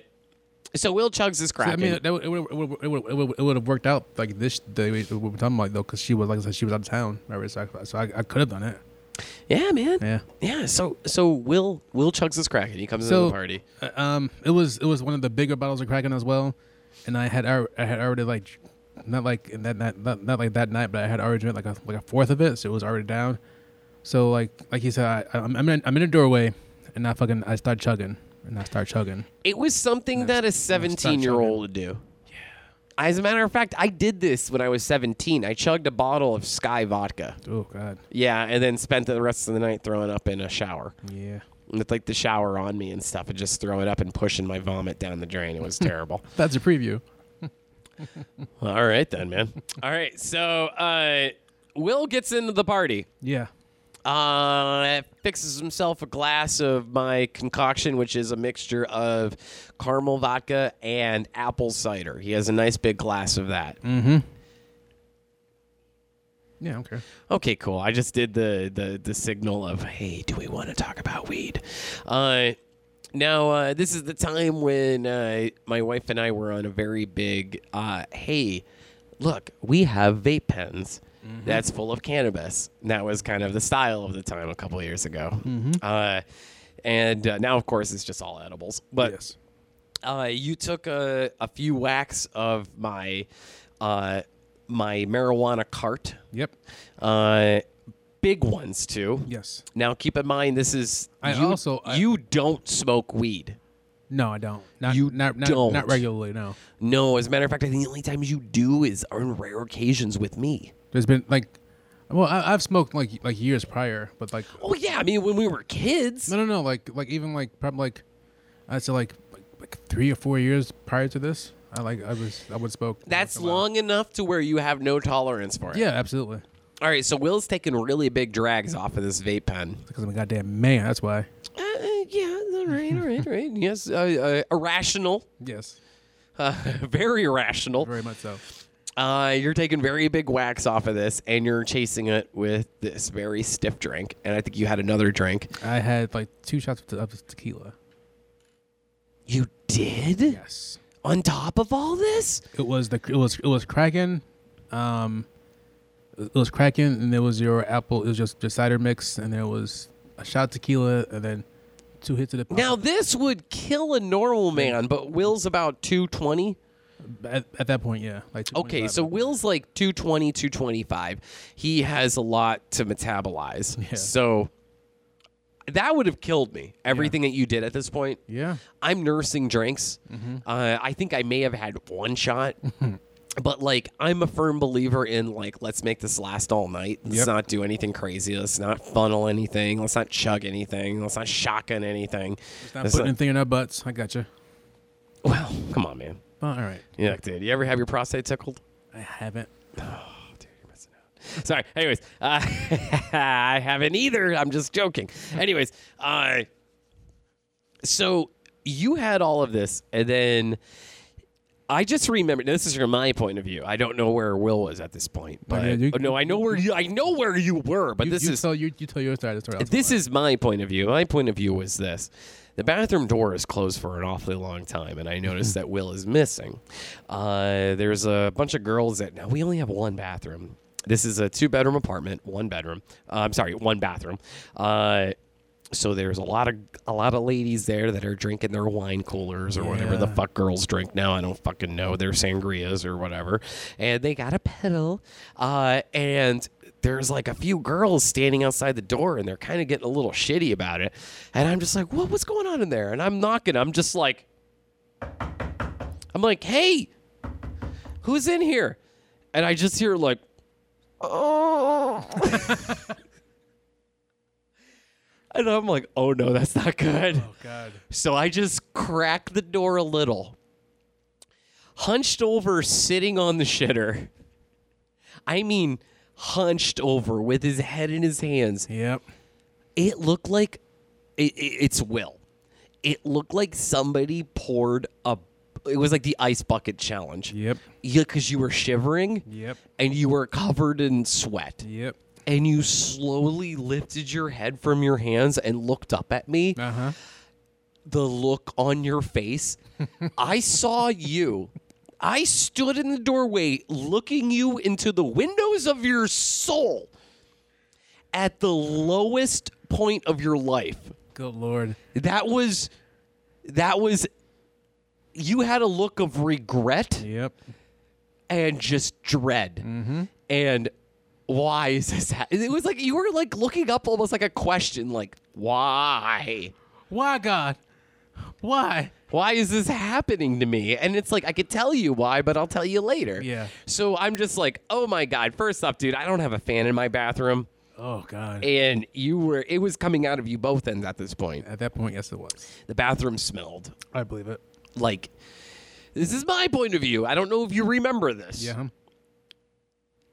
Speaker 3: so Will chugs is
Speaker 2: I
Speaker 3: cracking.
Speaker 2: mean, that would, it would it would- it would- it would have worked out like this. Day we we were talking about though, because she was like I said, she was out of town. Right, so I, so I, I could have done it.
Speaker 3: yeah, man.
Speaker 2: Yeah.
Speaker 3: Yeah. So so Will Will chugs is cracking. He comes into
Speaker 2: So
Speaker 3: the party.
Speaker 2: uh, um, it was it was one of the bigger bottles of Kraken as well, and I had al- I had already like, not like in that night, not, not like that night, but I had already drank like a like a fourth of it, so it was already down. So like like he said, I, I'm I'm in, I'm in a doorway, and I fucking I start chugging and I start chugging.
Speaker 3: It was something that a 17 year old would do. As a matter of fact, I did this when I was 17. I chugged a bottle of Sky vodka.
Speaker 2: Oh God,
Speaker 3: Yeah, and then spent the rest of the night throwing up in a shower
Speaker 2: yeah,
Speaker 3: with like the shower on me and stuff, and just throwing up and pushing my vomit down the drain. It was terrible.
Speaker 2: that's a preview.
Speaker 3: All right then, man. All right, so uh, Will gets into the party,
Speaker 2: Yeah,
Speaker 3: uh, fixes himself a glass of my concoction, which is a mixture of caramel vodka and apple cider. He has a nice big glass of that.
Speaker 2: yeah, okay.
Speaker 3: Okay, cool. I just did the the the signal of hey, do we want to talk about weed? Uh, now uh, this is the time when uh, my wife and I were on a very big uh, hey, look, we have vape pens that's full of cannabis. And that was kind of the style of the time a couple years ago. Uh, and uh, now, of course, it's just all edibles. But
Speaker 2: yes,
Speaker 3: uh, you took a, a few whacks of my uh, my marijuana cart
Speaker 2: yep,
Speaker 3: uh, big ones too.
Speaker 2: yes.
Speaker 3: Now keep in mind this is
Speaker 2: I
Speaker 3: you,
Speaker 2: also- I-
Speaker 3: you don't smoke weed.
Speaker 2: No, I don't. Not
Speaker 3: You
Speaker 2: not not,
Speaker 3: don't.
Speaker 2: not regularly. No,
Speaker 3: No, as a matter of fact, I think the only times you do is on rare occasions with me.
Speaker 2: there's been like Well, I, I've smoked like like years prior, but like
Speaker 3: Oh yeah, I mean when we were kids.
Speaker 2: no, no, no, like like even like probably like I'd say like like, like three or four years prior to this, I like I was I would smoke.
Speaker 3: That's
Speaker 2: once in a while.
Speaker 3: long enough to where you have no tolerance for it.
Speaker 2: Yeah, absolutely.
Speaker 3: All right, so Will's taking really big drags off of this vape pen.
Speaker 2: Because I'm a goddamn man. That's why.
Speaker 3: Uh, uh, yeah, all right, all right, all right. Yes, uh, uh, irrational,
Speaker 2: Yes,
Speaker 3: uh, very irrational.
Speaker 2: very much so.
Speaker 3: Uh, you're taking very big whacks off of this, and you're chasing it with this very stiff drink. And I think you had another drink.
Speaker 2: I had like two shots of, te- of tequila.
Speaker 3: You did
Speaker 2: Yes,
Speaker 3: on top of all this.
Speaker 2: it was the it was it was Kraken, um, it was Kraken, and there was your apple. It was just just cider mix, and there was a shot of tequila, and then two hits of the
Speaker 3: Now this would kill a normal man, but Will's about 220.
Speaker 2: at, at that point, yeah, like
Speaker 3: Okay,
Speaker 2: 225.
Speaker 3: so Will's like 220, 225. He has a lot to metabolize.
Speaker 2: Yeah.
Speaker 3: So that would have killed me. Everything that you did at this point.
Speaker 2: yeah,
Speaker 3: I'm nursing drinks.
Speaker 2: Mm-hmm.
Speaker 3: Uh, I think I may have had one shot. But like I'm a firm believer in like let's make this last all night. Let's
Speaker 2: Yep.
Speaker 3: not do anything crazy. Let's not funnel anything. Let's not chug anything. Let's not shotgun anything.
Speaker 2: not
Speaker 3: Let's
Speaker 2: putting
Speaker 3: not-
Speaker 2: anything in our butts. I got you.
Speaker 3: well, come on, man.
Speaker 2: all right,
Speaker 3: Yeah, dude. You ever have your prostate tickled?
Speaker 2: I haven't.
Speaker 3: Dude, you're missing out. Sorry. Anyways, uh, I haven't either. I'm just joking. Anyways, uh, so you had all of this, and then I just remembered. This is from my point of view. I don't know where Will was at this point, but
Speaker 2: yeah, you-
Speaker 3: oh, no, I know where you. I know where you were, but
Speaker 2: You-
Speaker 3: this
Speaker 2: you
Speaker 3: is
Speaker 2: tell you, you tell your side of the story. I'll tell
Speaker 3: this
Speaker 2: mine.
Speaker 3: is my point of view. My point of view was this. The bathroom door is closed for an awfully long time, and I noticed that Will is missing. Uh, there's a bunch of girls that now we only have one bathroom. This is a two bedroom apartment, one bedroom. Uh, I'm sorry, one bathroom. Uh, so there's a lot of a lot of ladies there that are drinking their wine coolers or whatever the
Speaker 2: Yeah.
Speaker 3: fuck girls drink now. I don't fucking know their sangrias or whatever, and they got a pedal. Uh, and there's like a few girls standing outside the door, and they're kind of getting a little shitty about it. And I'm just like, what? What's going on in there? And I'm knocking. I'm just like, I'm like, hey, who's in here? And I just hear like, oh. And I'm like, oh no, that's not good.
Speaker 2: Oh God.
Speaker 3: So I just crack the door a little. Hunched over, sitting on the shitter. I mean, hunched over with his head in his hands.
Speaker 2: Yep.
Speaker 3: It looked like it, it- it's Will. It looked like somebody poured a. It was like the ice bucket challenge.
Speaker 2: Yep.
Speaker 3: Yeah, because you were shivering.
Speaker 2: Yep.
Speaker 3: And you were covered in sweat
Speaker 2: Yep.
Speaker 3: and you slowly lifted your head from your hands and looked up at me,
Speaker 2: Uh huh.
Speaker 3: the look on your face, I saw you. I stood in the doorway looking you into the windows of your soul at the lowest point of your life.
Speaker 2: Good Lord.
Speaker 3: That was, that was, you had a look of regret
Speaker 2: Yep.
Speaker 3: and just dread. And why is this? Ha- it was like you were like looking up almost like a question, like why?
Speaker 2: Why God? Why?
Speaker 3: Why is this happening to me? And it's like I could tell you why, but I'll tell you later.
Speaker 2: Yeah.
Speaker 3: So I'm just like, oh my god. First off, dude, I don't have a fan in my bathroom,
Speaker 2: Oh God.
Speaker 3: and you were it was coming out of you both ends at this point.
Speaker 2: At that point, yes, it was.
Speaker 3: The bathroom smelled
Speaker 2: I believe it.
Speaker 3: like. This is my point of view. I don't know if you remember this.
Speaker 2: Yeah.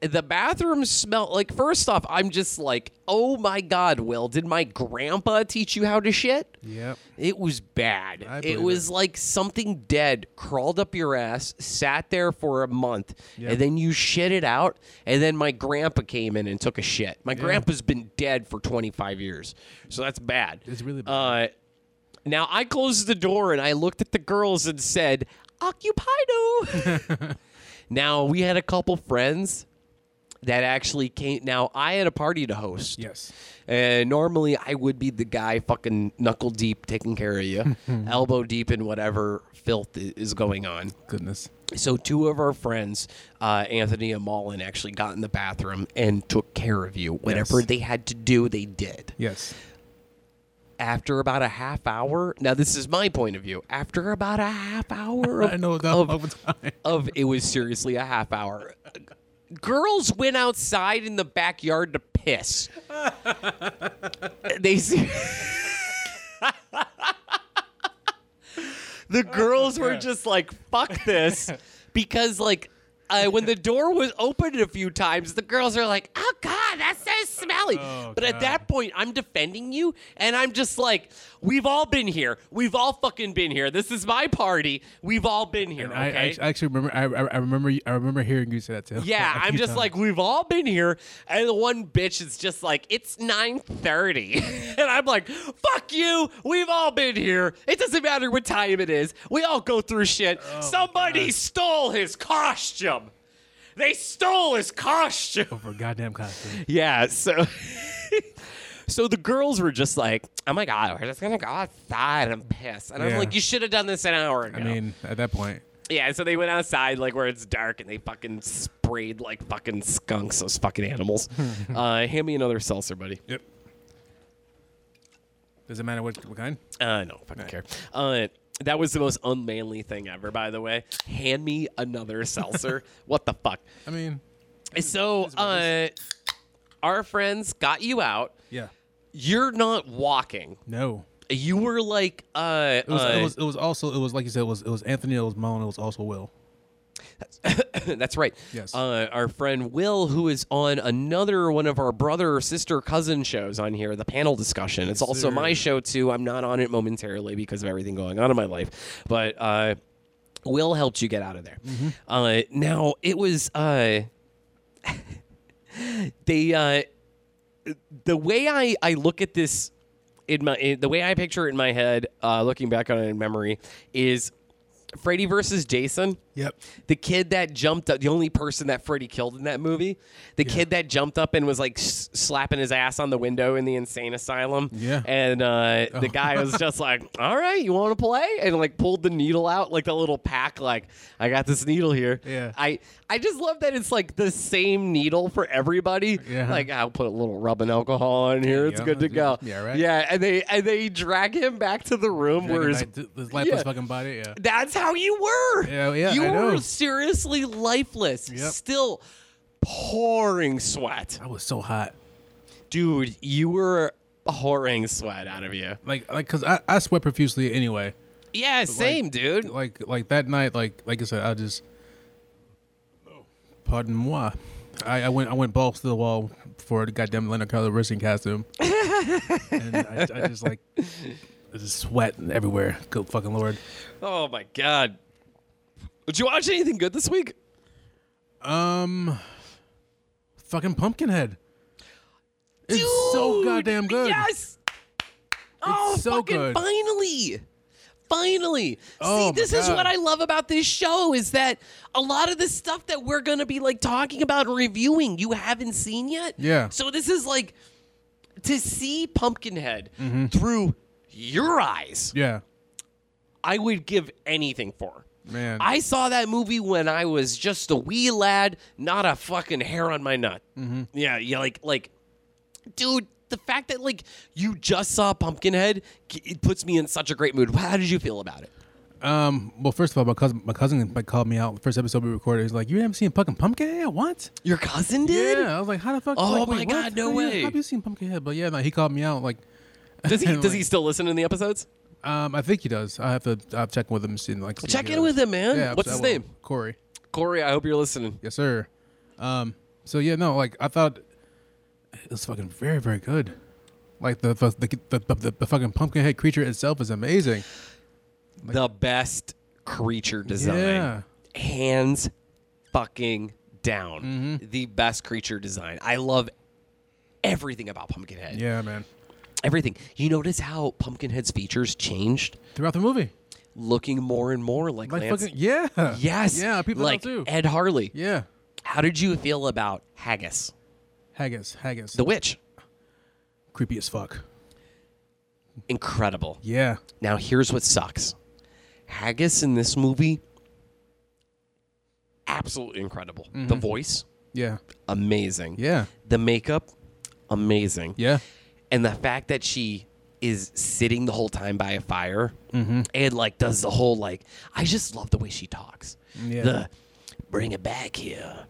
Speaker 3: the bathroom smell like first off i'm just like oh my god will did my grandpa teach you how to shit
Speaker 2: Yep.
Speaker 3: it was bad
Speaker 2: I
Speaker 3: it
Speaker 2: believe
Speaker 3: was like something dead crawled up your ass sat there for a month
Speaker 2: Yeah.
Speaker 3: and then you shit it out and then my grandpa came in and took a shit my grandpa's been dead for 25 years so that's bad
Speaker 2: It's really bad.
Speaker 3: uh, now I closed the door and I looked at the girls and said, "Occupado." now we had a couple friends that actually came. Now I had a party to host.
Speaker 2: yes.
Speaker 3: And Eh, normally I would be the guy fucking knuckle deep taking care of you, elbow deep in whatever filth i- is going on.
Speaker 2: Goodness.
Speaker 3: So two of our friends, uh, Anthony and Mullen, actually got in the bathroom and took care of you. Whatever
Speaker 2: Yes.
Speaker 3: they had to do, they did
Speaker 2: Yes.
Speaker 3: after about a half hour now this is my point of view after about a half hour
Speaker 2: I
Speaker 3: of,
Speaker 2: know that
Speaker 3: of,
Speaker 2: all the time.
Speaker 3: of- it was seriously a half hour girls went outside in the backyard to piss. they see. the girls were just like, fuck this. Because, like, uh, when the door was opened a few times, the girls are like, oh, God, that's so smelly.
Speaker 2: Oh,
Speaker 3: but at
Speaker 2: God.
Speaker 3: that point, I'm defending you, and I'm just like, we've all been here. We've all fucking been here. This is my party. We've all been here.
Speaker 2: I,
Speaker 3: okay?
Speaker 2: I actually remember. I, I I remember. I remember hearing you say that too.
Speaker 3: Yeah,
Speaker 2: A
Speaker 3: I'm
Speaker 2: few
Speaker 3: just
Speaker 2: times.
Speaker 3: like we've all been here, and the one bitch is just like it's 9:30, and I'm like, "Fuck you! We've all been here. It doesn't matter what time it is. We all go through shit. Somebody stole his costume. They stole his costume.
Speaker 2: for goddamn costume.
Speaker 3: Yeah, so so the girls were just like, "Oh my god, we're just gonna go outside and piss," and I'm
Speaker 2: Yeah.
Speaker 3: like, "You should have done this an hour ago."
Speaker 2: I mean, at that point,
Speaker 3: Yeah, so they went outside like where it's dark and they fucking sprayed like fucking skunks, those fucking animals. uh, hand me another seltzer, buddy.
Speaker 2: yep. Does it matter what, what kind?
Speaker 3: Uh, no, fucking care. Uh, that was the most unmanly thing ever, by the way. Hand me another seltzer. what the fuck?
Speaker 2: I mean,
Speaker 3: So, uh, our friends got you out.
Speaker 2: yeah,
Speaker 3: You're not walking.
Speaker 2: no.
Speaker 3: You were like, uh,
Speaker 2: It was,
Speaker 3: uh,
Speaker 2: it was. It was also. It was like you said. It was. It was Anthony. It was Mullen. It was also Will.
Speaker 3: That's right.
Speaker 2: Yes.
Speaker 3: Uh, our friend Will, who is on another one of our brother or sister cousin shows on here, the panel discussion. It's also
Speaker 2: sir.
Speaker 3: my show too. I'm not on it momentarily because of everything going on in my life, but uh, Will helped you get out of there.
Speaker 2: Mm-hmm.
Speaker 3: Uh, now it was uh, they uh, the way I I look at this in my in, the way I picture it in my head, uh, looking back on it in memory, is Freddy versus Jason.
Speaker 2: Yep.
Speaker 3: The kid that jumped up, the only person that Freddy killed in that movie, the kid that jumped up and was like s- slapping his ass on the window in the insane asylum.
Speaker 2: Yeah. Oh.
Speaker 3: And uh, the guy was just like, all right, you want to play? And like pulled the needle out, like the little pack, like, I got this needle here.
Speaker 2: Yeah.
Speaker 3: I, I just love that it's like the same needle for everybody.
Speaker 2: Yeah.
Speaker 3: Like, I'll put a little rubbing alcohol on here.
Speaker 2: you
Speaker 3: It's
Speaker 2: go.
Speaker 3: good to go.
Speaker 2: Yeah, right.
Speaker 3: Yeah. And they, and they drag him back to the room where his
Speaker 2: Like, this lifeless
Speaker 3: yeah.
Speaker 2: fucking body. Yeah.
Speaker 3: that's how you were.
Speaker 2: Yeah, yeah,
Speaker 3: you
Speaker 2: I
Speaker 3: were
Speaker 2: know.
Speaker 3: seriously lifeless,
Speaker 2: Yep.
Speaker 3: still pouring sweat,
Speaker 2: I was so hot.
Speaker 3: dude. You were pouring sweat out of you.
Speaker 2: Like like because I, I sweat profusely anyway.
Speaker 3: Yeah, same, dude.
Speaker 2: Like like that night. Like like I said, I just. Pardon moi. I, I went I went balls to the wall for the goddamn Leonard Calabrese costume, and I, I just like I just sweat everywhere. Good fucking lord.
Speaker 3: Oh my god. Did you watch anything good this week?
Speaker 2: Um, fucking Pumpkinhead. It's so
Speaker 3: Dude,
Speaker 2: goddamn good.
Speaker 3: Yes. oh,
Speaker 2: so
Speaker 3: fucking
Speaker 2: good.
Speaker 3: finally. Finally.
Speaker 2: Oh,
Speaker 3: See,
Speaker 2: my
Speaker 3: this is
Speaker 2: God.
Speaker 3: what I love about this show is that a lot of the stuff that we're going to be like talking about and reviewing, you haven't seen yet.
Speaker 2: Yeah.
Speaker 3: So this is like to see Pumpkinhead
Speaker 2: Mm-hmm.
Speaker 3: through your eyes.
Speaker 2: Yeah,
Speaker 3: I would give anything for.
Speaker 2: man.
Speaker 3: I saw that movie when I was just a wee lad, not a fucking hair on my nut.
Speaker 2: Mm-hmm.
Speaker 3: Yeah, yeah, like, like, dude, the fact that like you just saw Pumpkinhead, k- it puts me in such a great mood. How did you feel about it?
Speaker 2: um. Well, first of all, my cousin, my cousin like, called me out. The first episode we recorded, he's like, "You haven't seen fucking Pumpkinhead? What?"
Speaker 3: Your cousin did?
Speaker 2: Yeah. I was like, "How the fuck?"
Speaker 3: Oh
Speaker 2: like,
Speaker 3: my
Speaker 2: wait,
Speaker 3: God,
Speaker 2: what?
Speaker 3: no
Speaker 2: Like, yeah,
Speaker 3: way.
Speaker 2: Have you seen Pumpkinhead? But yeah, no, he called me out. Like,
Speaker 3: Does he?
Speaker 2: And,
Speaker 3: does he
Speaker 2: like-
Speaker 3: still listen in the episodes?
Speaker 2: um, I think he does. I have to. I've checked with him and seen like. see if
Speaker 3: Check
Speaker 2: he
Speaker 3: in
Speaker 2: does.
Speaker 3: with him, man.
Speaker 2: Yeah,
Speaker 3: What's
Speaker 2: I
Speaker 3: his
Speaker 2: will.
Speaker 3: name?
Speaker 2: Corey.
Speaker 3: Corey, I hope you're listening.
Speaker 2: Yes, sir. Um, so yeah, no, like I thought it was fucking very, very good. Like the the the, the, the, the fucking pumpkin head creature itself is amazing.
Speaker 3: the best creature design.
Speaker 2: Yeah.
Speaker 3: Hands fucking down.
Speaker 2: Mm-hmm.
Speaker 3: The best creature design. I love everything about Pumpkinhead.
Speaker 2: Yeah, man.
Speaker 3: Everything. You notice how Pumpkinhead's features changed?
Speaker 2: Throughout the movie,
Speaker 3: Looking more and more like,
Speaker 2: like
Speaker 3: Lance.
Speaker 2: fucking yeah,
Speaker 3: yes.
Speaker 2: yeah. People
Speaker 3: like eh,
Speaker 2: know too.
Speaker 3: Ed Harley.
Speaker 2: yeah,
Speaker 3: How did you feel about Haggis,
Speaker 2: haggis, haggis,
Speaker 3: the witch?
Speaker 2: creepy as fuck.
Speaker 3: Incredible.
Speaker 2: Yeah,
Speaker 3: Now, here's what sucks Haggis in this movie, absolutely incredible. The voice,
Speaker 2: yeah,
Speaker 3: amazing.
Speaker 2: Mm-hmm. yeah,
Speaker 3: The makeup, amazing.
Speaker 2: yeah.
Speaker 3: And the fact that she is sitting the whole time by a fire
Speaker 2: Mm-hmm.
Speaker 3: and like does the whole like I just love the way she talks.
Speaker 2: Yeah.
Speaker 3: The bring it back here.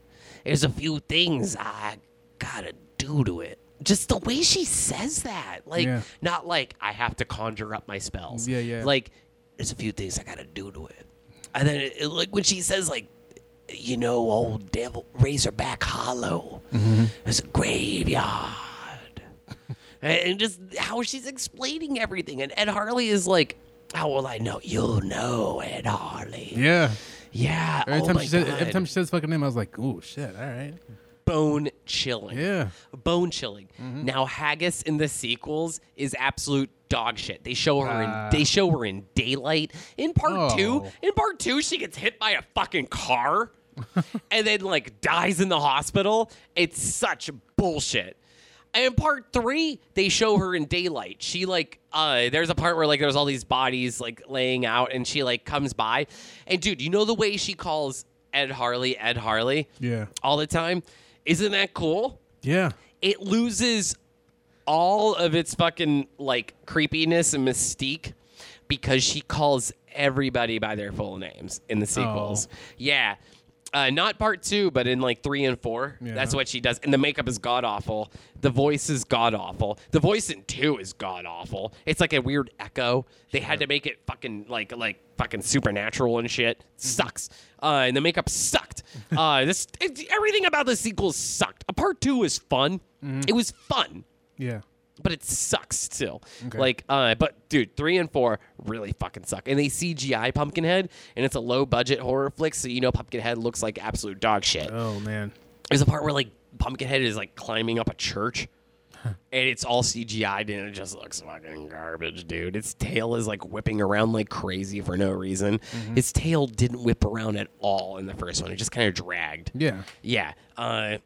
Speaker 3: there's a few things I gotta do to it. Just the way she says that, like
Speaker 2: Yeah.
Speaker 3: not like I have to conjure up my spells.
Speaker 2: Yeah, yeah.
Speaker 3: Like there's a few things I gotta do to it, and then it, it- like when she says like, you know, old devil Razorback Hollow,
Speaker 2: Mm-hmm.
Speaker 3: there's a graveyard and and just how she's explaining everything. And Ed Harley is like, "How will I know? You'll know, Ed Harley." Yeah.
Speaker 2: Yeah. Every
Speaker 3: oh
Speaker 2: time
Speaker 3: my
Speaker 2: she said,
Speaker 3: God.
Speaker 2: every time she says fucking name, I was like, oh shit, all right.
Speaker 3: bone chilling.
Speaker 2: Yeah.
Speaker 3: Bone chilling.
Speaker 2: Mm-hmm.
Speaker 3: Now Haggis in the sequels is absolute dog shit. They show her
Speaker 2: Ah.
Speaker 3: in they show her in daylight. In part two,
Speaker 2: Oh.
Speaker 3: in part two, she gets hit by a fucking car and then like dies in the hospital. It's such bullshit. And in part three, they show her in daylight. She like uh there's a part where like there's all these bodies like laying out and she like comes by. And dude, you know the way she calls Ed Harley Ed Harley?
Speaker 2: Yeah.
Speaker 3: all the time. Isn't that cool?
Speaker 2: Yeah.
Speaker 3: It loses all of its fucking like creepiness and mystique because she calls everybody by their full names in the sequels. Yeah. Uh, not part two, but in like three and four. That's
Speaker 2: Yeah.
Speaker 3: what she does. And the makeup is god awful. The voice is god awful. The voice in two is god awful. It's like a weird echo. They had to make it fucking like like fucking supernatural and shit. Sucks. Uh, and the makeup sucked. uh, this it, everything about the sequel sucked. Uh, Part two was fun. It was fun
Speaker 2: Yeah.
Speaker 3: but it sucks still. Like, uh, but dude, three and four really fucking suck. And they CGI Pumpkinhead, and it's a low budget horror flick, so you know Pumpkinhead looks like absolute dog shit.
Speaker 2: Oh man.
Speaker 3: There's a part where like Pumpkinhead is like climbing up a church. And it's all CGI'd and it just looks fucking garbage, dude. Its tail is like whipping around like crazy for no reason. Its tail didn't whip around at all in the first one. It just kind of dragged.
Speaker 2: Yeah.
Speaker 3: Yeah. Uh,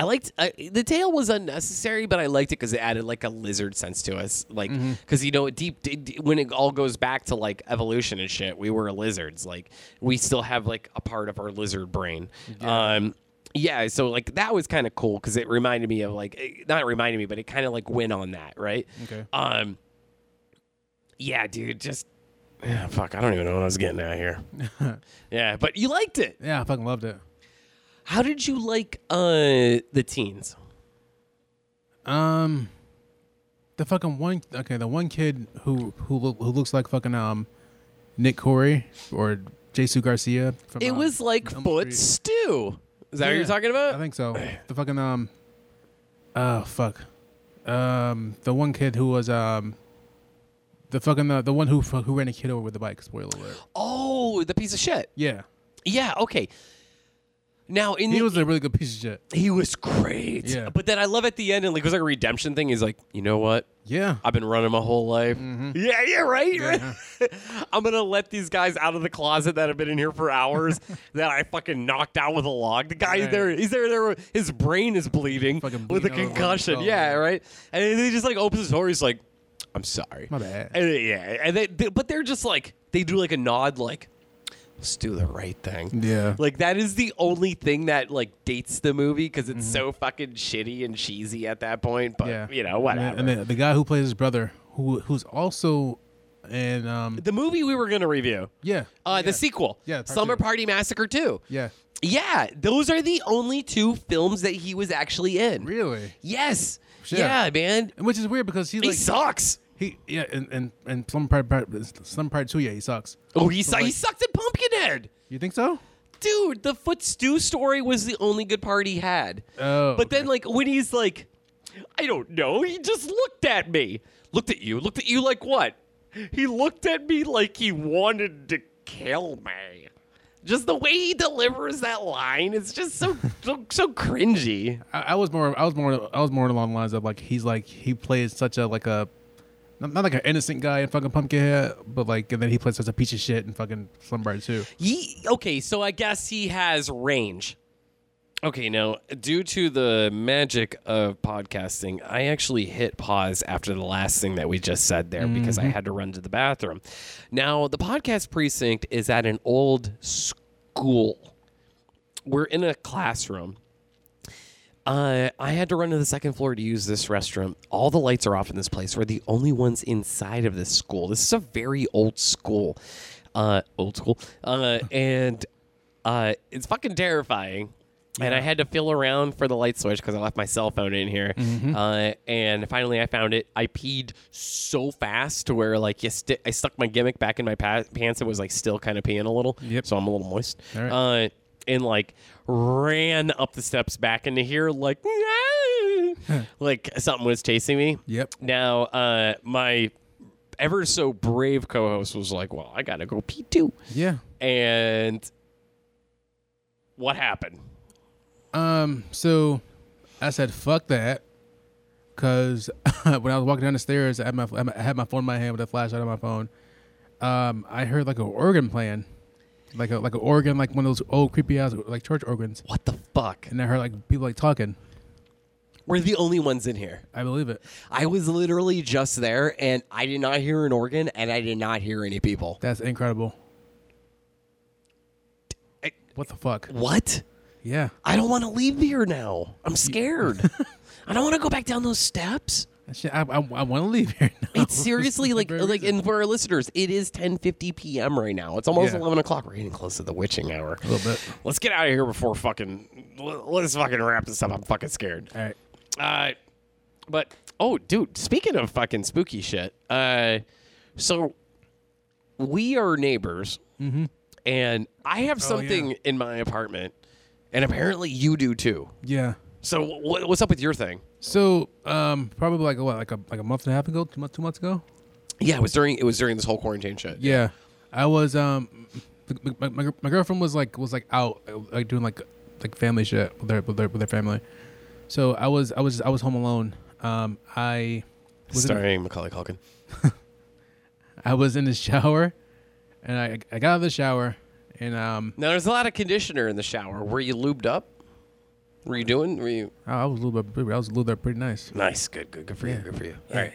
Speaker 3: I liked uh, the tail was unnecessary, but I liked it because it added like a lizard sense to us. Like, because you know, deep d- d- when it all goes back to like evolution and shit, we were lizards. Like, we still have like a part of our lizard brain. Um, yeah. So like that was kind of cool because it reminded me of like it- not reminded me, but it kind of like went on that, right?
Speaker 2: Okay.
Speaker 3: Um, yeah, dude, just. Yeah, fuck, I don't even know what I was getting at here. yeah, but you liked it.
Speaker 2: Yeah, I fucking loved it.
Speaker 3: How did you like uh the teens?
Speaker 2: Um, the fucking one. Okay, the one kid who who loo- who looks like fucking um, Nick Corey or Jesu Garcia. From,
Speaker 3: It
Speaker 2: um,
Speaker 3: was like
Speaker 2: Elm
Speaker 3: foot
Speaker 2: Street.
Speaker 3: stew. Is that what
Speaker 2: Yeah,
Speaker 3: you're talking about?
Speaker 2: I think so. The fucking um, oh fuck, um, the one kid who was um, the fucking uh, the one who fu- who ran a kid over with a bike. Spoiler alert.
Speaker 3: oh, the piece of shit.
Speaker 2: Yeah,
Speaker 3: Yeah, okay. Now in
Speaker 2: he
Speaker 3: the,
Speaker 2: was a really good piece of shit.
Speaker 3: he was great.
Speaker 2: Yeah.
Speaker 3: But then I love at the end and like it was like a redemption thing. He's like, you know what?
Speaker 2: Yeah, Mm-hmm.
Speaker 3: I've been running my whole life. Yeah, yeah, right. I'm gonna let these guys out of the closet that have been in here for hours that I fucking knocked out with a log. The guy
Speaker 2: Right.
Speaker 3: there, he's there, there. His brain is bleeding
Speaker 2: Fucking
Speaker 3: with a
Speaker 2: bleeding all over
Speaker 3: concussion.
Speaker 2: himself,
Speaker 3: Yeah,
Speaker 2: yeah.
Speaker 3: right. And then he just like opens his door. He's like, "I'm sorry."
Speaker 2: My bad.
Speaker 3: And, they- yeah, and they, they- but they're just like they do like a nod, like, "Let's do the right thing."
Speaker 2: yeah.
Speaker 3: Like that is the only thing that like dates the movie because it's so fucking shitty and cheesy at that point. But
Speaker 2: Mm-hmm. yeah,
Speaker 3: uh, you know
Speaker 2: And
Speaker 3: whatever.
Speaker 2: then- And then the guy who plays his brother, who who's also, and um,
Speaker 3: the movie we were gonna review.
Speaker 2: yeah,
Speaker 3: Uh,
Speaker 2: yeah.
Speaker 3: The sequel.
Speaker 2: Yeah, part
Speaker 3: Summer
Speaker 2: two.
Speaker 3: Party Massacre 2.
Speaker 2: yeah,
Speaker 3: Yeah, those are the only two films that he was actually in.
Speaker 2: really.
Speaker 3: Yes.
Speaker 2: Sure.
Speaker 3: Yeah, man.
Speaker 2: And Which is weird because he
Speaker 3: He
Speaker 2: like
Speaker 3: sucks.
Speaker 2: he yeah and and, and some part, part some part too yeah he sucks.
Speaker 3: Oh, he, su-
Speaker 2: like-
Speaker 3: he sucked at Pumpkinhead.
Speaker 2: You think so?
Speaker 3: Dude, the Foot Stew story was the only good part he had.
Speaker 2: Oh,
Speaker 3: But then, like, when he's like, I don't know, he just looked at me. Looked at you. Looked at you like what? He looked at me like he wanted to kill me. Just the way he delivers that line is just so so, so cringy.
Speaker 2: I, I was more I was more I was more along the lines of like he's like he plays such a like a not, not like an innocent guy in fucking Pumpkinhead, but like and then he plays such a piece of shit in fucking Slumber too.
Speaker 3: Ye okay, so I guess he has range. Okay, now due to the magic of podcasting, I actually hit pause after the last thing that we just said there because I had to run to the bathroom. Now, the podcast precinct is at an old school. We're in a classroom. Uh, I had to run to the second floor to use this restroom. All the lights are off in this place. We're the only ones inside of this school. This is a very old school, uh, old school, uh, and uh, it's fucking terrifying. and I had to feel around for the light switch because I left my cell phone in here.
Speaker 2: Mm-hmm.
Speaker 3: Uh, and finally, I found it. I peed so fast to where like you sti I stuck my gimmick back in my pa- pants and was like still kind of peeing a little.
Speaker 2: Yep.
Speaker 3: So I'm a little moist.
Speaker 2: All right.
Speaker 3: Uh, and like ran up the steps back into here like "Ah!" like something was chasing me.
Speaker 2: Yep.
Speaker 3: Now, uh, my ever so brave co-host was like, "Well, I gotta go pee too."
Speaker 2: Yeah.
Speaker 3: And what happened?
Speaker 2: Um. So, I said fuck that, because when I was walking down the stairs, I had my I had my phone in my hand with a flashlight on my phone. Um, I heard like an organ playing, like a like an organ, like one of those old creepy ass like church organs,
Speaker 3: What the fuck?
Speaker 2: and I heard like people like talking.
Speaker 3: We're the only ones in here.
Speaker 2: I believe it.
Speaker 3: I was literally just there and I did not hear an organ and I did not hear any people.
Speaker 2: That's incredible.
Speaker 3: I-
Speaker 2: What the fuck?
Speaker 3: What?
Speaker 2: Yeah,
Speaker 3: I don't want to leave here now. I'm scared. I don't want to go back down those steps.
Speaker 2: That shit, I, I, I want to leave here. Now.
Speaker 3: It's seriously like
Speaker 2: Very
Speaker 3: like
Speaker 2: reason.
Speaker 3: and for our listeners, it is ten fifty p.m. right now. It's almost
Speaker 2: Yeah.
Speaker 3: eleven o'clock. We're getting close to the witching hour.
Speaker 2: a little bit.
Speaker 3: Let's get out of here before fucking. l- Let's fucking wrap this up. I'm fucking scared.
Speaker 2: All right.
Speaker 3: Uh, but oh, dude. Speaking of fucking spooky shit, uh, so we are neighbors,
Speaker 2: Mm-hmm.
Speaker 3: and I
Speaker 2: Oh,
Speaker 3: have something in my apartment, and apparently you do too.
Speaker 2: Yeah.
Speaker 3: So wh- what's up with your thing?
Speaker 2: So, um, probably like a what, like a like a month and a half ago, two months, two months ago.
Speaker 3: Yeah, it was during it was during this whole quarantine shit.
Speaker 2: Yeah, I was um, my, my, my- my girlfriend was like was like out like doing like like family shit with their with their, with their family. So I was I was I was home alone. Um, I was in,
Speaker 3: starring Macaulay Culkin.
Speaker 2: I was in the shower, and I I got out of the shower, and um,
Speaker 3: Now there's a lot of conditioner in the shower. Were you lubed up? Were you doing? Were you
Speaker 2: I I was a little bit I was a little bit pretty nice.
Speaker 3: nice? Good, good, good for you. Good for you. All right.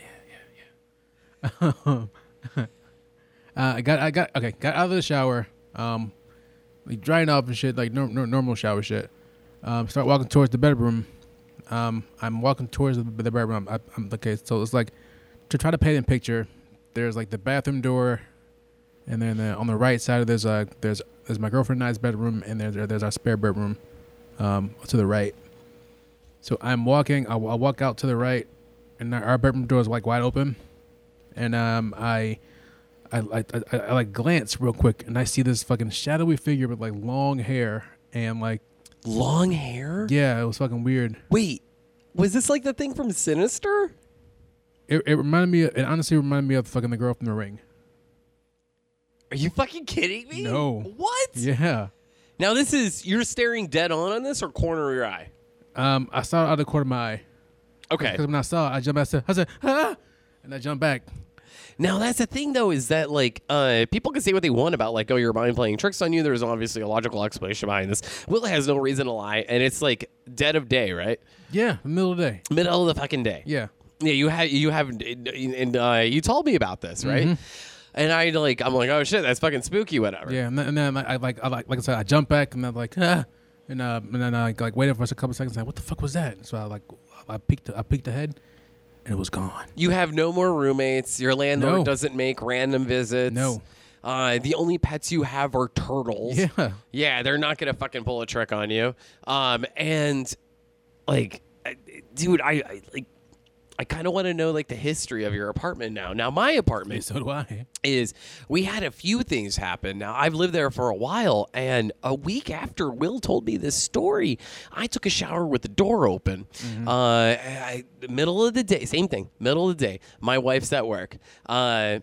Speaker 2: Uh, I got, I got, okay, got out of the shower, um, like drying off and shit, like nor nor- normal shower shit. Um, start walking towards the bedroom. Um, I'm walking towards the, the bedroom. I, I'm okay, so it's like to try to paint a picture. There's like the bathroom door, and then the, on the right side there's a there's there's my girlfriend and I's bedroom, and there's there's our spare bedroom, um, to the right. So I'm walking. I, I walk out to the right, and our- our bedroom door is like wide open, and um, I. I, I, I, I like glance real quick and I see this fucking shadowy figure with like long hair and like
Speaker 3: Long hair.
Speaker 2: yeah it was fucking weird.
Speaker 3: Wait, was this like the thing from Sinister?
Speaker 2: It, it reminded me it honestly reminded me of fucking the girl from the ring.
Speaker 3: Are you fucking kidding me?
Speaker 2: No.
Speaker 3: What?
Speaker 2: Yeah.
Speaker 3: Now this is you're staring dead on on this or corner of your eye.
Speaker 2: Um, I saw it out of the corner of my eye
Speaker 3: Okay.
Speaker 2: because when I saw it I jumped. I said I said ah, and I jumped back.
Speaker 3: Now that's the thing though is that like uh, people can say what they want about like oh your mind playing tricks on you. There's obviously a logical explanation behind this. Will has no reason to lie, and it's like dead of day, right?
Speaker 2: Yeah, middle of the day.
Speaker 3: Middle of the fucking day.
Speaker 2: Yeah.
Speaker 3: Yeah, you have you have and uh, you told me about this, right? And I like I'm like, oh shit, that's fucking spooky, whatever.
Speaker 2: Mm-hmm. Yeah, and then, and then I, I like I like like I said I jumped back and I'm like ah, and uh and then I like waited for us a couple seconds like what the fuck was that? So I like I peeked I peeked ahead and it was gone.
Speaker 3: You have no more roommates. Your landlord
Speaker 2: No.
Speaker 3: doesn't make random visits.
Speaker 2: No.
Speaker 3: Uh, the only pets you have are turtles.
Speaker 2: Yeah.
Speaker 3: Yeah, they're not gonna fucking pull a trick on you. Um, and like, I- dude, I, I like, I kind of want to know like the history of your apartment now. Now my apartment
Speaker 2: So do I.
Speaker 3: is we had a few things happen. Now, I've lived there for a while, and a week after Will told me this story, I took a shower with the door open.
Speaker 2: Mm-hmm.
Speaker 3: Uh, I, I- middle of the day, same thing, middle of the day. My wife's at work. Uh,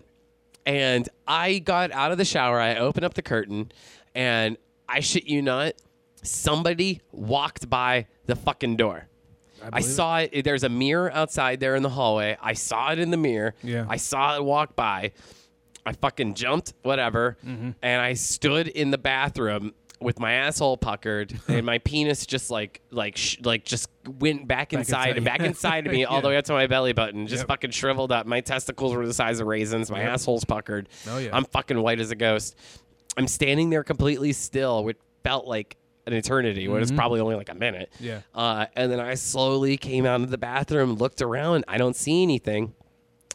Speaker 3: and I got out of the shower, I opened up the curtain, and I shit you not, somebody walked by the fucking door. I,
Speaker 2: believe it.
Speaker 3: saw it. There's a mirror outside there in the hallway. I saw it in the mirror.
Speaker 2: Yeah.
Speaker 3: I saw it walk by. I fucking jumped, whatever,
Speaker 2: Mm-hmm.
Speaker 3: and I stood in the bathroom with my asshole puckered and my penis just like like sh- like just went back, inside,
Speaker 2: inside,
Speaker 3: and back
Speaker 2: yeah.
Speaker 3: inside of me all the
Speaker 2: Yeah.
Speaker 3: way up to my belly button, just
Speaker 2: Yep.
Speaker 3: fucking shriveled up. My testicles were the size of raisins. My asshole's puckered.
Speaker 2: Oh, yeah.
Speaker 3: I'm fucking white as a ghost. I'm standing there completely still, which felt like an eternity, when it's probably only like a minute.
Speaker 2: Mm-hmm. Yeah.
Speaker 3: Uh, and then I slowly came out of the bathroom, looked around. I don't see anything.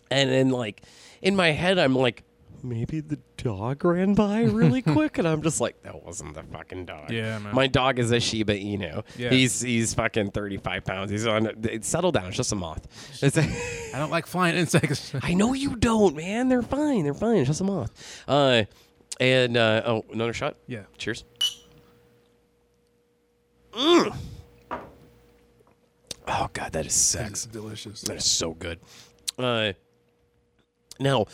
Speaker 3: And then, like, in my head, I'm like, maybe the dog ran by really quick, and I'm just like, that wasn't the fucking dog.
Speaker 2: Yeah, man.
Speaker 3: my dog is a Shiba Inu.
Speaker 2: Yeah.
Speaker 3: He's he's fucking 35 pounds. He's on. It's settle down. It's just a moth. It's a,
Speaker 2: I don't like flying insects.
Speaker 3: I know you don't, man. They're fine. They're fine. It's just a moth. Uh, and uh, oh, another shot.
Speaker 2: yeah.
Speaker 3: Cheers. Mm. Oh god, that is sex.
Speaker 2: It's delicious.
Speaker 3: That is so good. Uh, now,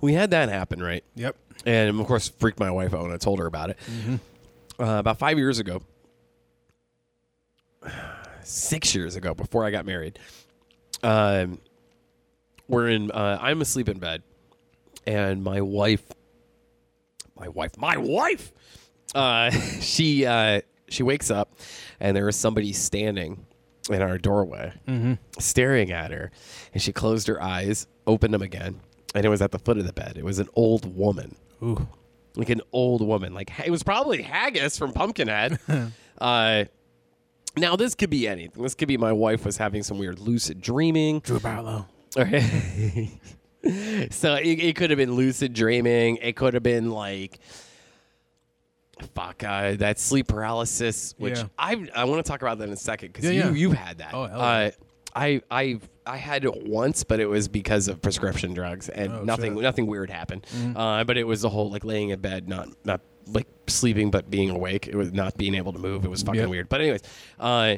Speaker 3: we had that happen, right?
Speaker 2: Yep.
Speaker 3: And of course, freaked my wife out when I told her about it. Uh, about five years ago, six years ago, before I got married, um, we're in. Uh, I'm asleep in bed, and my wife, my wife, my wife, uh, she uh, she wakes up, and there is somebody standing in our doorway, staring at her, and she closed her eyes, opened them again, and it was at the foot of the bed. It was an old woman
Speaker 2: Ooh.
Speaker 3: like an old woman. Like it was probably Haggis from Pumpkinhead. uh, now this could be anything. This could be my wife was having some weird lucid dreaming.
Speaker 2: Drew Barlow.
Speaker 3: Okay. so it, it could have been lucid dreaming. It could have been like, fuck, uh, that sleep paralysis, which
Speaker 2: Yeah.
Speaker 3: I I want to talk about that in a second because
Speaker 2: Yeah,
Speaker 3: you
Speaker 2: yeah.
Speaker 3: you've had that.
Speaker 2: Oh, hell yeah.
Speaker 3: uh, I I I had it once, but it was because of prescription drugs and
Speaker 2: Oh,
Speaker 3: nothing
Speaker 2: shit. Mm-hmm.
Speaker 3: nothing weird happened. Uh, but it was the whole like laying in bed, not not like sleeping, but being awake. It was not being able to move. It was fucking
Speaker 2: Yeah.
Speaker 3: weird. But anyways, uh,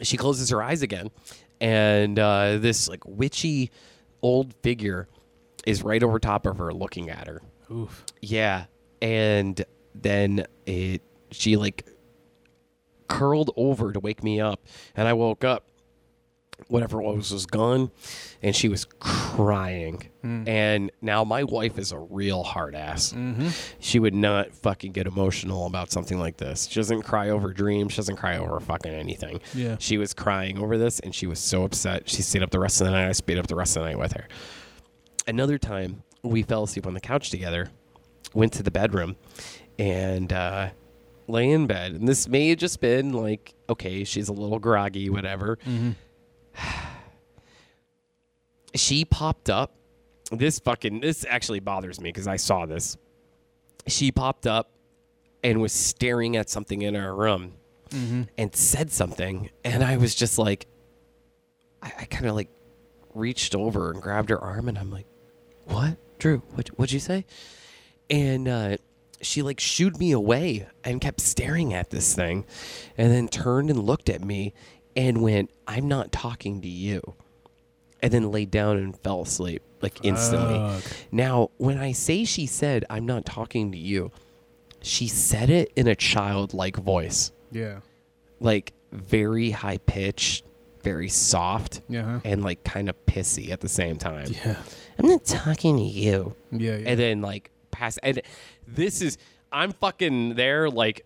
Speaker 3: she closes her eyes again, and uh, this like witchy old figure is right over top of her, looking at her.
Speaker 2: Oof.
Speaker 3: Yeah, and then it she like curled over to wake me up, and I woke up. Whatever it was was gone, and she was crying. And now my wife is a real hard ass.
Speaker 2: Hmm. Mm-hmm.
Speaker 3: She would not fucking get emotional about something like this. She doesn't cry over dreams. She doesn't cry over fucking anything.
Speaker 2: Yeah.
Speaker 3: She was crying over this, and she was so upset. She stayed up the rest of the night. I stayed up the rest of the night with her another time we fell asleep on the couch together went to the bedroom and uh, lay in bed and this may have just been like okay she's a little groggy whatever she popped up this fucking this actually bothers me because i saw this she popped up and was staring at something in our room
Speaker 2: Mm-hmm.
Speaker 3: and said something and i was just like i, I kind of like reached over and grabbed her arm and i'm like what drew what, what'd you say and uh, she like shooed me away and kept staring at this thing and then turned and looked at me and went i'm not talking to you and then laid down and fell asleep like instantly
Speaker 2: Fuck.
Speaker 3: now when i say she said i'm not talking to you she said it in a childlike voice
Speaker 2: Yeah.
Speaker 3: like very high pitched very soft
Speaker 2: Yeah. Huh?
Speaker 3: and like kind of pissy at the same time
Speaker 2: Yeah.
Speaker 3: i'm not talking to you
Speaker 2: Yeah. Yeah.
Speaker 3: and then like pass and this is i'm fucking there like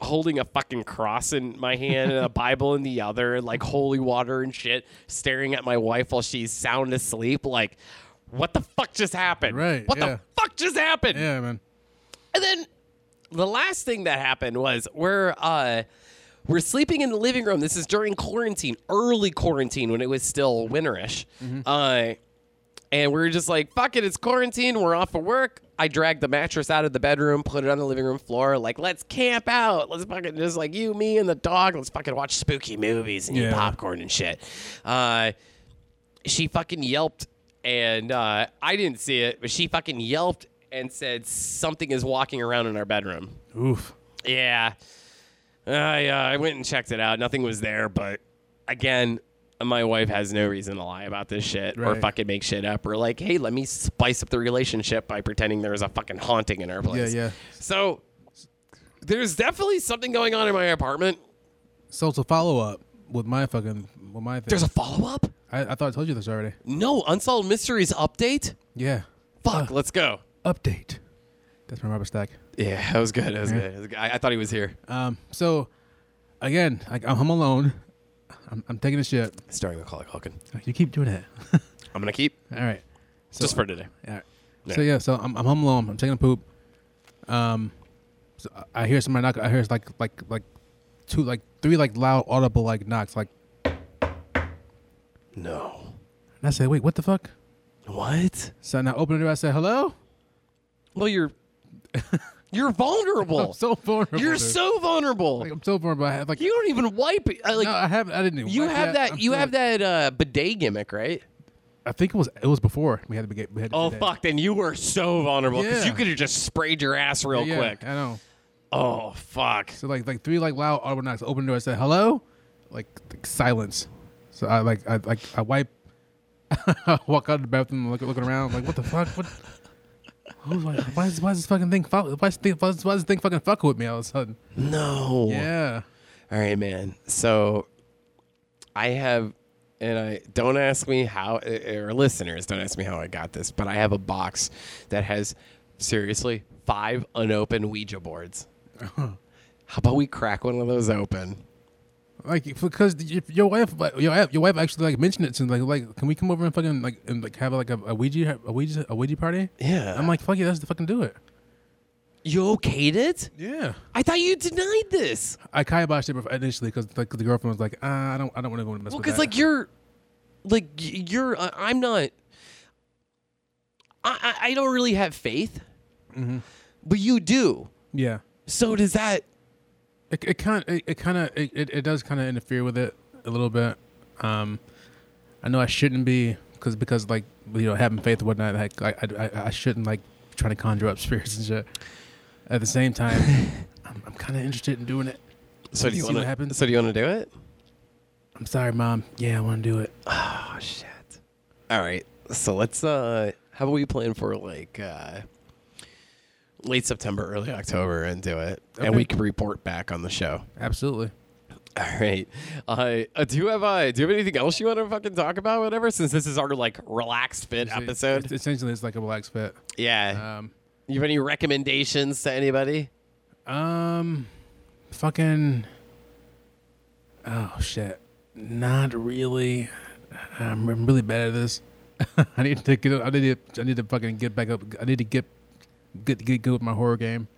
Speaker 3: holding a fucking cross in my hand and a bible in the other and like holy water and shit staring at my wife while she's sound asleep like what the fuck just happened
Speaker 2: Right,
Speaker 3: what
Speaker 2: yeah.
Speaker 3: the fuck just happened
Speaker 2: yeah, man.
Speaker 3: and then the last thing that happened was we're uh we're sleeping in the living room. This is during quarantine, early quarantine when it was still winterish. Uh and we were just like, fuck it, it's quarantine, we're off of work. I dragged the mattress out of the bedroom, put it on the living room floor, like, let's camp out. Let's fucking just like you, me, and the dog, let's fucking watch spooky movies and eat
Speaker 2: Yeah.
Speaker 3: popcorn and shit. Uh she fucking yelped and uh, I didn't see it, but she fucking yelped and said something is walking around in our bedroom.
Speaker 2: Oof.
Speaker 3: Yeah. I uh, I went and checked it out. Nothing was there, but again, my wife has no reason to lie about this shit or
Speaker 2: Right.
Speaker 3: fucking make shit up or like, hey, let me spice up the relationship by pretending there was a fucking haunting in our
Speaker 2: Yeah.
Speaker 3: place.
Speaker 2: Yeah.
Speaker 3: So there's definitely something going on in my apartment.
Speaker 2: So to follow up with my fucking with my thing,
Speaker 3: There's a follow up?
Speaker 2: I, I thought I told you this already.
Speaker 3: No, Unsolved Mysteries update?
Speaker 2: Yeah.
Speaker 3: Fuck, let's go.
Speaker 2: Update. That's my rubber stack.
Speaker 3: Yeah, that was good. That was good. That was good. I, I thought he was here.
Speaker 2: Um. So, again, like I'm home alone. I'm, I'm taking a shit.
Speaker 3: Starring Macaulay Culkin.
Speaker 2: You keep doing that.
Speaker 3: I'm gonna keep
Speaker 2: All right. So,
Speaker 3: just for today.
Speaker 2: All right.
Speaker 3: Yeah.
Speaker 2: So yeah, so I'm, I'm home alone. I'm taking a poop. Um, so I- I hear somebody knock. I hear like like like two like three like loud audible like knocks. Like
Speaker 3: No.
Speaker 2: and I say, wait, what the fuck?
Speaker 3: What?
Speaker 2: So and I open the door. I say, hello.
Speaker 3: Well, you're you're vulnerable.
Speaker 2: I'm so vulnerable.
Speaker 3: Oh. you're
Speaker 2: dude.
Speaker 3: so vulnerable.
Speaker 2: Like, I'm so vulnerable. I have, like,
Speaker 3: you don't even wipe. it. I, Like
Speaker 2: no, I haven't. I didn't. Even
Speaker 3: you
Speaker 2: wipe
Speaker 3: have
Speaker 2: yet.
Speaker 3: that.
Speaker 2: I'm
Speaker 3: you
Speaker 2: still,
Speaker 3: have that uh, bidet gimmick, right?
Speaker 2: I think it was. It was before we had to get. We had to
Speaker 3: Oh
Speaker 2: do that.
Speaker 3: fuck! Then you were so vulnerable because
Speaker 2: Yeah.
Speaker 3: you could have just sprayed your ass real
Speaker 2: Yeah,
Speaker 3: quick.
Speaker 2: I know.
Speaker 3: Oh fuck!
Speaker 2: So like like three like loud audible knocks. Open the door. I said hello. Like, like silence. So I like I like I wipe. I walk out of the bathroom, look, looking around, like what the fuck? What? Who's like? Why is why is this fucking thing? Fuck, why is this thing? Why is this thing fucking fuck with me all of a sudden?
Speaker 3: No.
Speaker 2: Yeah.
Speaker 3: All right, man. So I have, and I don't ask me how, eh, or listeners, don't ask me how I got this, but I have a box that has seriously five unopened Ouija boards. How about we crack one of those open?
Speaker 2: Like because y- your wife, like, your wife- your wife actually like mentioned it to me, like like can we come over and fucking like and like have like a, a Ouija a Ouija a Ouija party?
Speaker 3: Yeah.
Speaker 2: I'm like fuck it, let's fucking do it.
Speaker 3: You okayed it?
Speaker 2: Yeah,
Speaker 3: I thought you denied this.
Speaker 2: I kiboshed it before- initially because like 'cause the girlfriend was like, uh, I don't I don't want to go and mess
Speaker 3: Well,
Speaker 2: with that.
Speaker 3: because like you're, like y- you're, uh, I'm not. I I I don't really have faith, but you do.
Speaker 2: yeah,
Speaker 3: So does that?
Speaker 2: it it kind it, it kind of it, it, it does kind of interfere with it a little bit. Um, I know I shouldn't be because because like you know having faith and whatnot, like I I, I- I shouldn't like trying to conjure up spirits and shit. At the same time, I'm, I'm kind of interested in doing it.
Speaker 3: So do
Speaker 2: See
Speaker 3: you
Speaker 2: what
Speaker 3: want to?
Speaker 2: happens?
Speaker 3: So do you want to do it?
Speaker 2: I'm sorry, mom. Yeah, I want to do it.
Speaker 3: Oh shit. All right. So let's uh how about we plan for like uh late September, early October and do it. And
Speaker 2: Okay.
Speaker 3: we can report back on the show.
Speaker 2: Absolutely.
Speaker 3: All right. Uh, uh do you have uh do you have anything else you want to fucking talk about whatever since this is our like relaxed fit episode?
Speaker 2: It's- essentially, it's like a relaxed fit.
Speaker 3: yeah.
Speaker 2: Um,
Speaker 3: you have any recommendations to anybody?
Speaker 2: um, fucking. Oh shit! Not really. I'm, I'm really bad at this. I need to get. I need to. I need to fucking get back up. I need to get get get good with my horror game.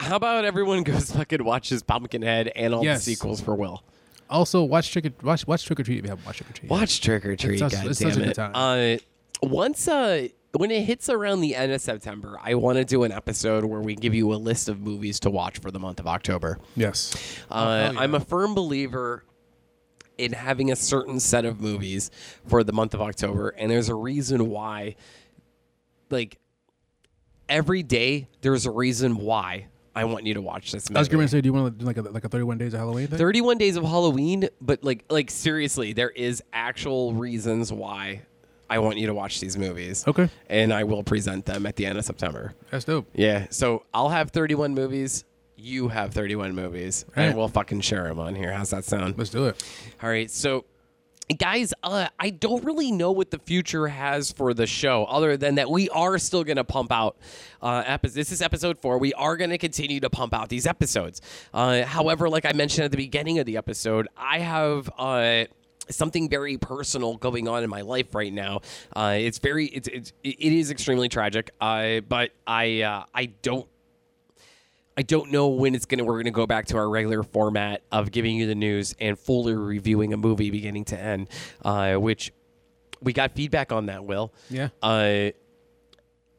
Speaker 3: How about everyone goes fucking watches Pumpkinhead and all
Speaker 2: Yes.
Speaker 3: the sequels for Will?
Speaker 2: Also, watch trick or watch watch trick or treat if you haven't watched trick or treat.
Speaker 3: Watch Trick or Treat.
Speaker 2: such-
Speaker 3: God
Speaker 2: it's
Speaker 3: damn
Speaker 2: such a good
Speaker 3: it.
Speaker 2: time.
Speaker 3: Uh, once uh, when it hits around the end of September, I want to do an episode where we give you a list of movies to watch for the month of October.
Speaker 2: Yes.
Speaker 3: Uh,
Speaker 2: Oh, hell yeah.
Speaker 3: I'm a firm believer in having a certain set of movies for the month of October, and there's a reason why. Like every day, there's a reason why I want you to watch this movie.
Speaker 2: I was going to say, do you want to do like a, like a 31 days of Halloween thing?
Speaker 3: 31 days of Halloween, but like like seriously, there is actual reasons why I want you to watch these movies.
Speaker 2: Okay.
Speaker 3: And I will present them at the end of September.
Speaker 2: That's dope.
Speaker 3: Yeah. So I'll have 31 movies. You have 31 movies.
Speaker 2: Right.
Speaker 3: And we'll fucking share them on here. How's that sound?
Speaker 2: Let's do it.
Speaker 3: All right. So, guys, uh, I don't really know what the future has for the show, other than that we are still going to pump out uh, episodes. This is episode four. We are going to continue to pump out these episodes. Uh, however, like I mentioned at the beginning of the episode, I have. Uh, something very personal going on in my life right now uh, it's very it's, it's it is extremely tragic uh, but i uh, i don't I don't know when it's gonna. We're gonna go back to our regular format of giving you the news and fully reviewing a movie beginning to end, uh, which we got feedback on that. Will
Speaker 2: Yeah.
Speaker 3: uh,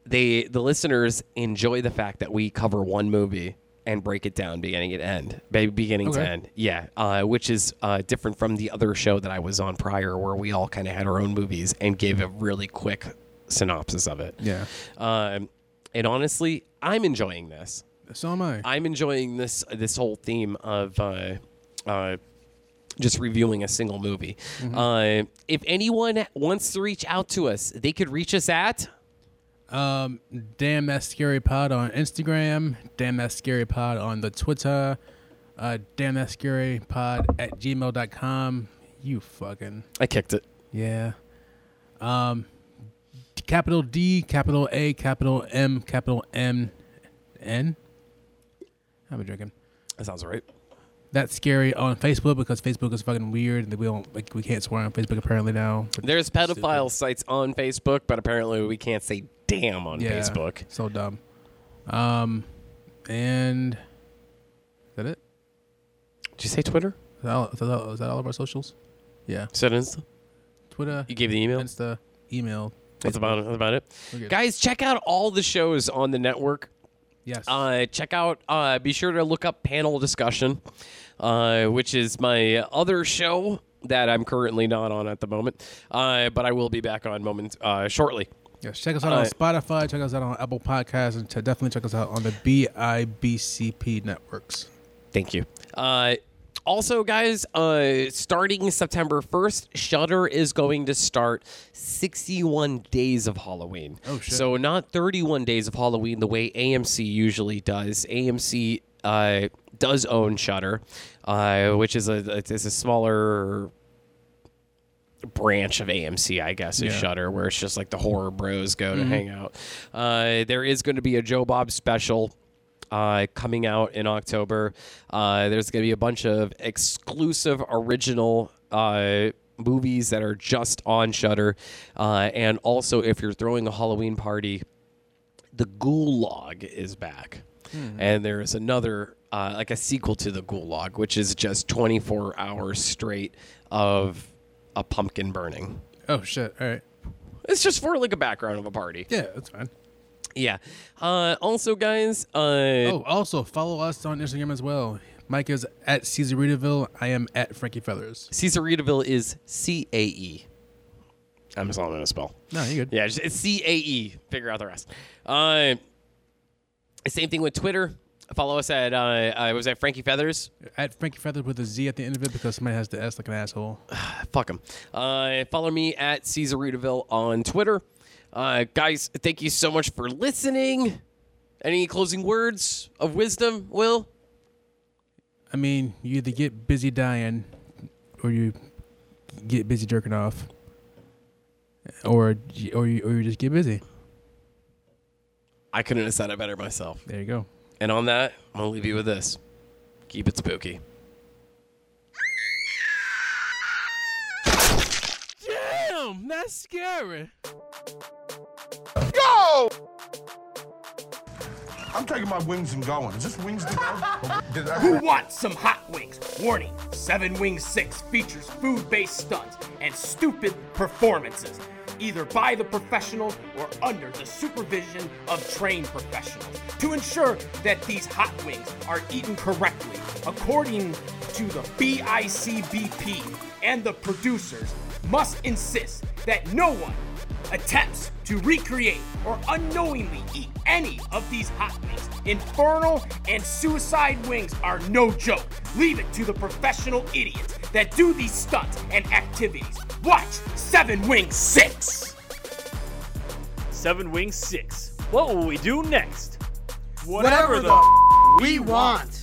Speaker 3: they the listeners enjoy the fact that we cover one movie and break it down beginning to end, be- beginning to
Speaker 2: Okay.
Speaker 3: end. Yeah, uh, which is uh, different from the other show that I was on prior, where we all kind of had our own movies and gave a really quick synopsis of it.
Speaker 2: Yeah.
Speaker 3: Um, and honestly, I'm enjoying this.
Speaker 2: So am I.
Speaker 3: I'm enjoying this this whole theme of uh, uh, just reviewing a single movie. Uh, if anyone wants to reach out to us, they could reach us at.
Speaker 2: Um, damn that scary pod on Instagram. Damn that scary pod on the Twitter. Uh, damn that scary pod at gmail.com. You fucking
Speaker 3: I kicked it.
Speaker 2: yeah. Um, capital D, capital A, capital M, capital M, N. I've been drinking.
Speaker 3: That sounds right.
Speaker 2: That's scary on Facebook because Facebook is fucking weird and we don't like we can't swear on Facebook apparently now.
Speaker 3: There's pedophile sites on Facebook, but apparently we can't say damn on
Speaker 2: Yeah,
Speaker 3: Facebook.
Speaker 2: So dumb. Um, and is that it?
Speaker 3: Did you say Twitter?
Speaker 2: Is that all, is that all- is that all of our socials? Yeah.
Speaker 3: Said Insta.
Speaker 2: Twitter,
Speaker 3: You gave the email.
Speaker 2: Insta, email,
Speaker 3: That's about it. That's about it.
Speaker 2: good.
Speaker 3: Guys, check out all the shows on the network.
Speaker 2: Yes.
Speaker 3: Uh, check out. Uh, be sure to look up panel discussion, uh, which is my other show that I'm currently not on at the moment, uh, but I will be back on moment uh, shortly.
Speaker 2: yes. Check us out on
Speaker 3: uh,
Speaker 2: Spotify. Check us out on Apple Podcasts, and to definitely check us out on the BIBCP networks.
Speaker 3: Thank you. Uh, also, guys, uh, starting September 1st, Shudder is going to start 61 days of Halloween.
Speaker 2: Oh, shit.
Speaker 3: So, not 31 days of Halloween the way AMC usually does. AMC uh, does own Shudder, uh, which is a, it's a smaller branch of AMC, I guess, is
Speaker 2: Yeah.
Speaker 3: Shutter, where it's just like the horror bros go to hang out. Uh, there is going to be a Joe Bob special. Uh, coming out in October. Uh, there's going to be a bunch of exclusive original uh, movies that are just on Shutter, uh, and also if you're throwing a Halloween party, the Gulag is back, and there is another uh, like a sequel to the Gulag, which is just 24 hours straight of a pumpkin burning.
Speaker 2: Oh shit! All right.
Speaker 3: It's just for like a background of a party.
Speaker 2: Yeah, that's fine.
Speaker 3: Yeah. Uh, also, guys. Uh,
Speaker 2: Oh, also follow us on Instagram as well. Mike is at Caesaritaville. I am at Frankie Feathers.
Speaker 3: Caesaritaville is C A E. I'm just not gonna spell.
Speaker 2: No, you good.
Speaker 3: Yeah, it's- it's C A E. Figure out the rest. Uh, same thing with Twitter. Follow us at uh, I was at Frankie Feathers.
Speaker 2: At Frankie Feathers with a Z at the end of it because somebody has the S like an asshole.
Speaker 3: Fuck him. Uh, follow me at Caesaritaville on Twitter. Uh, guys, thank you so much for listening. Any closing words of wisdom, Will?
Speaker 2: I mean, you either get busy dying or you get busy jerking off. Or y- or you or you just get busy.
Speaker 3: I couldn't have said it better myself.
Speaker 2: There you go.
Speaker 3: And on that, I'm gonna leave you with this. Keep it spooky. Damn, that's scary.
Speaker 4: I'm taking my wings and going. Is this wings to go? Did I-
Speaker 5: Who wants some hot wings? Warning Seven Wings 6 features food based stunts and stupid performances, either by the professionals or under the supervision of trained professionals, to ensure that these hot wings are eaten correctly according to the BICBP and the producers must insist that no one attempts to recreate or unknowingly eat any of these hot wings. Infernal and suicide wings are no joke. Leave it to the professional idiots that do these stunts and activities. Watch Seven Wing Six.
Speaker 6: Seven Wings 6. What will we do next?
Speaker 5: Whatever
Speaker 6: the
Speaker 5: we want.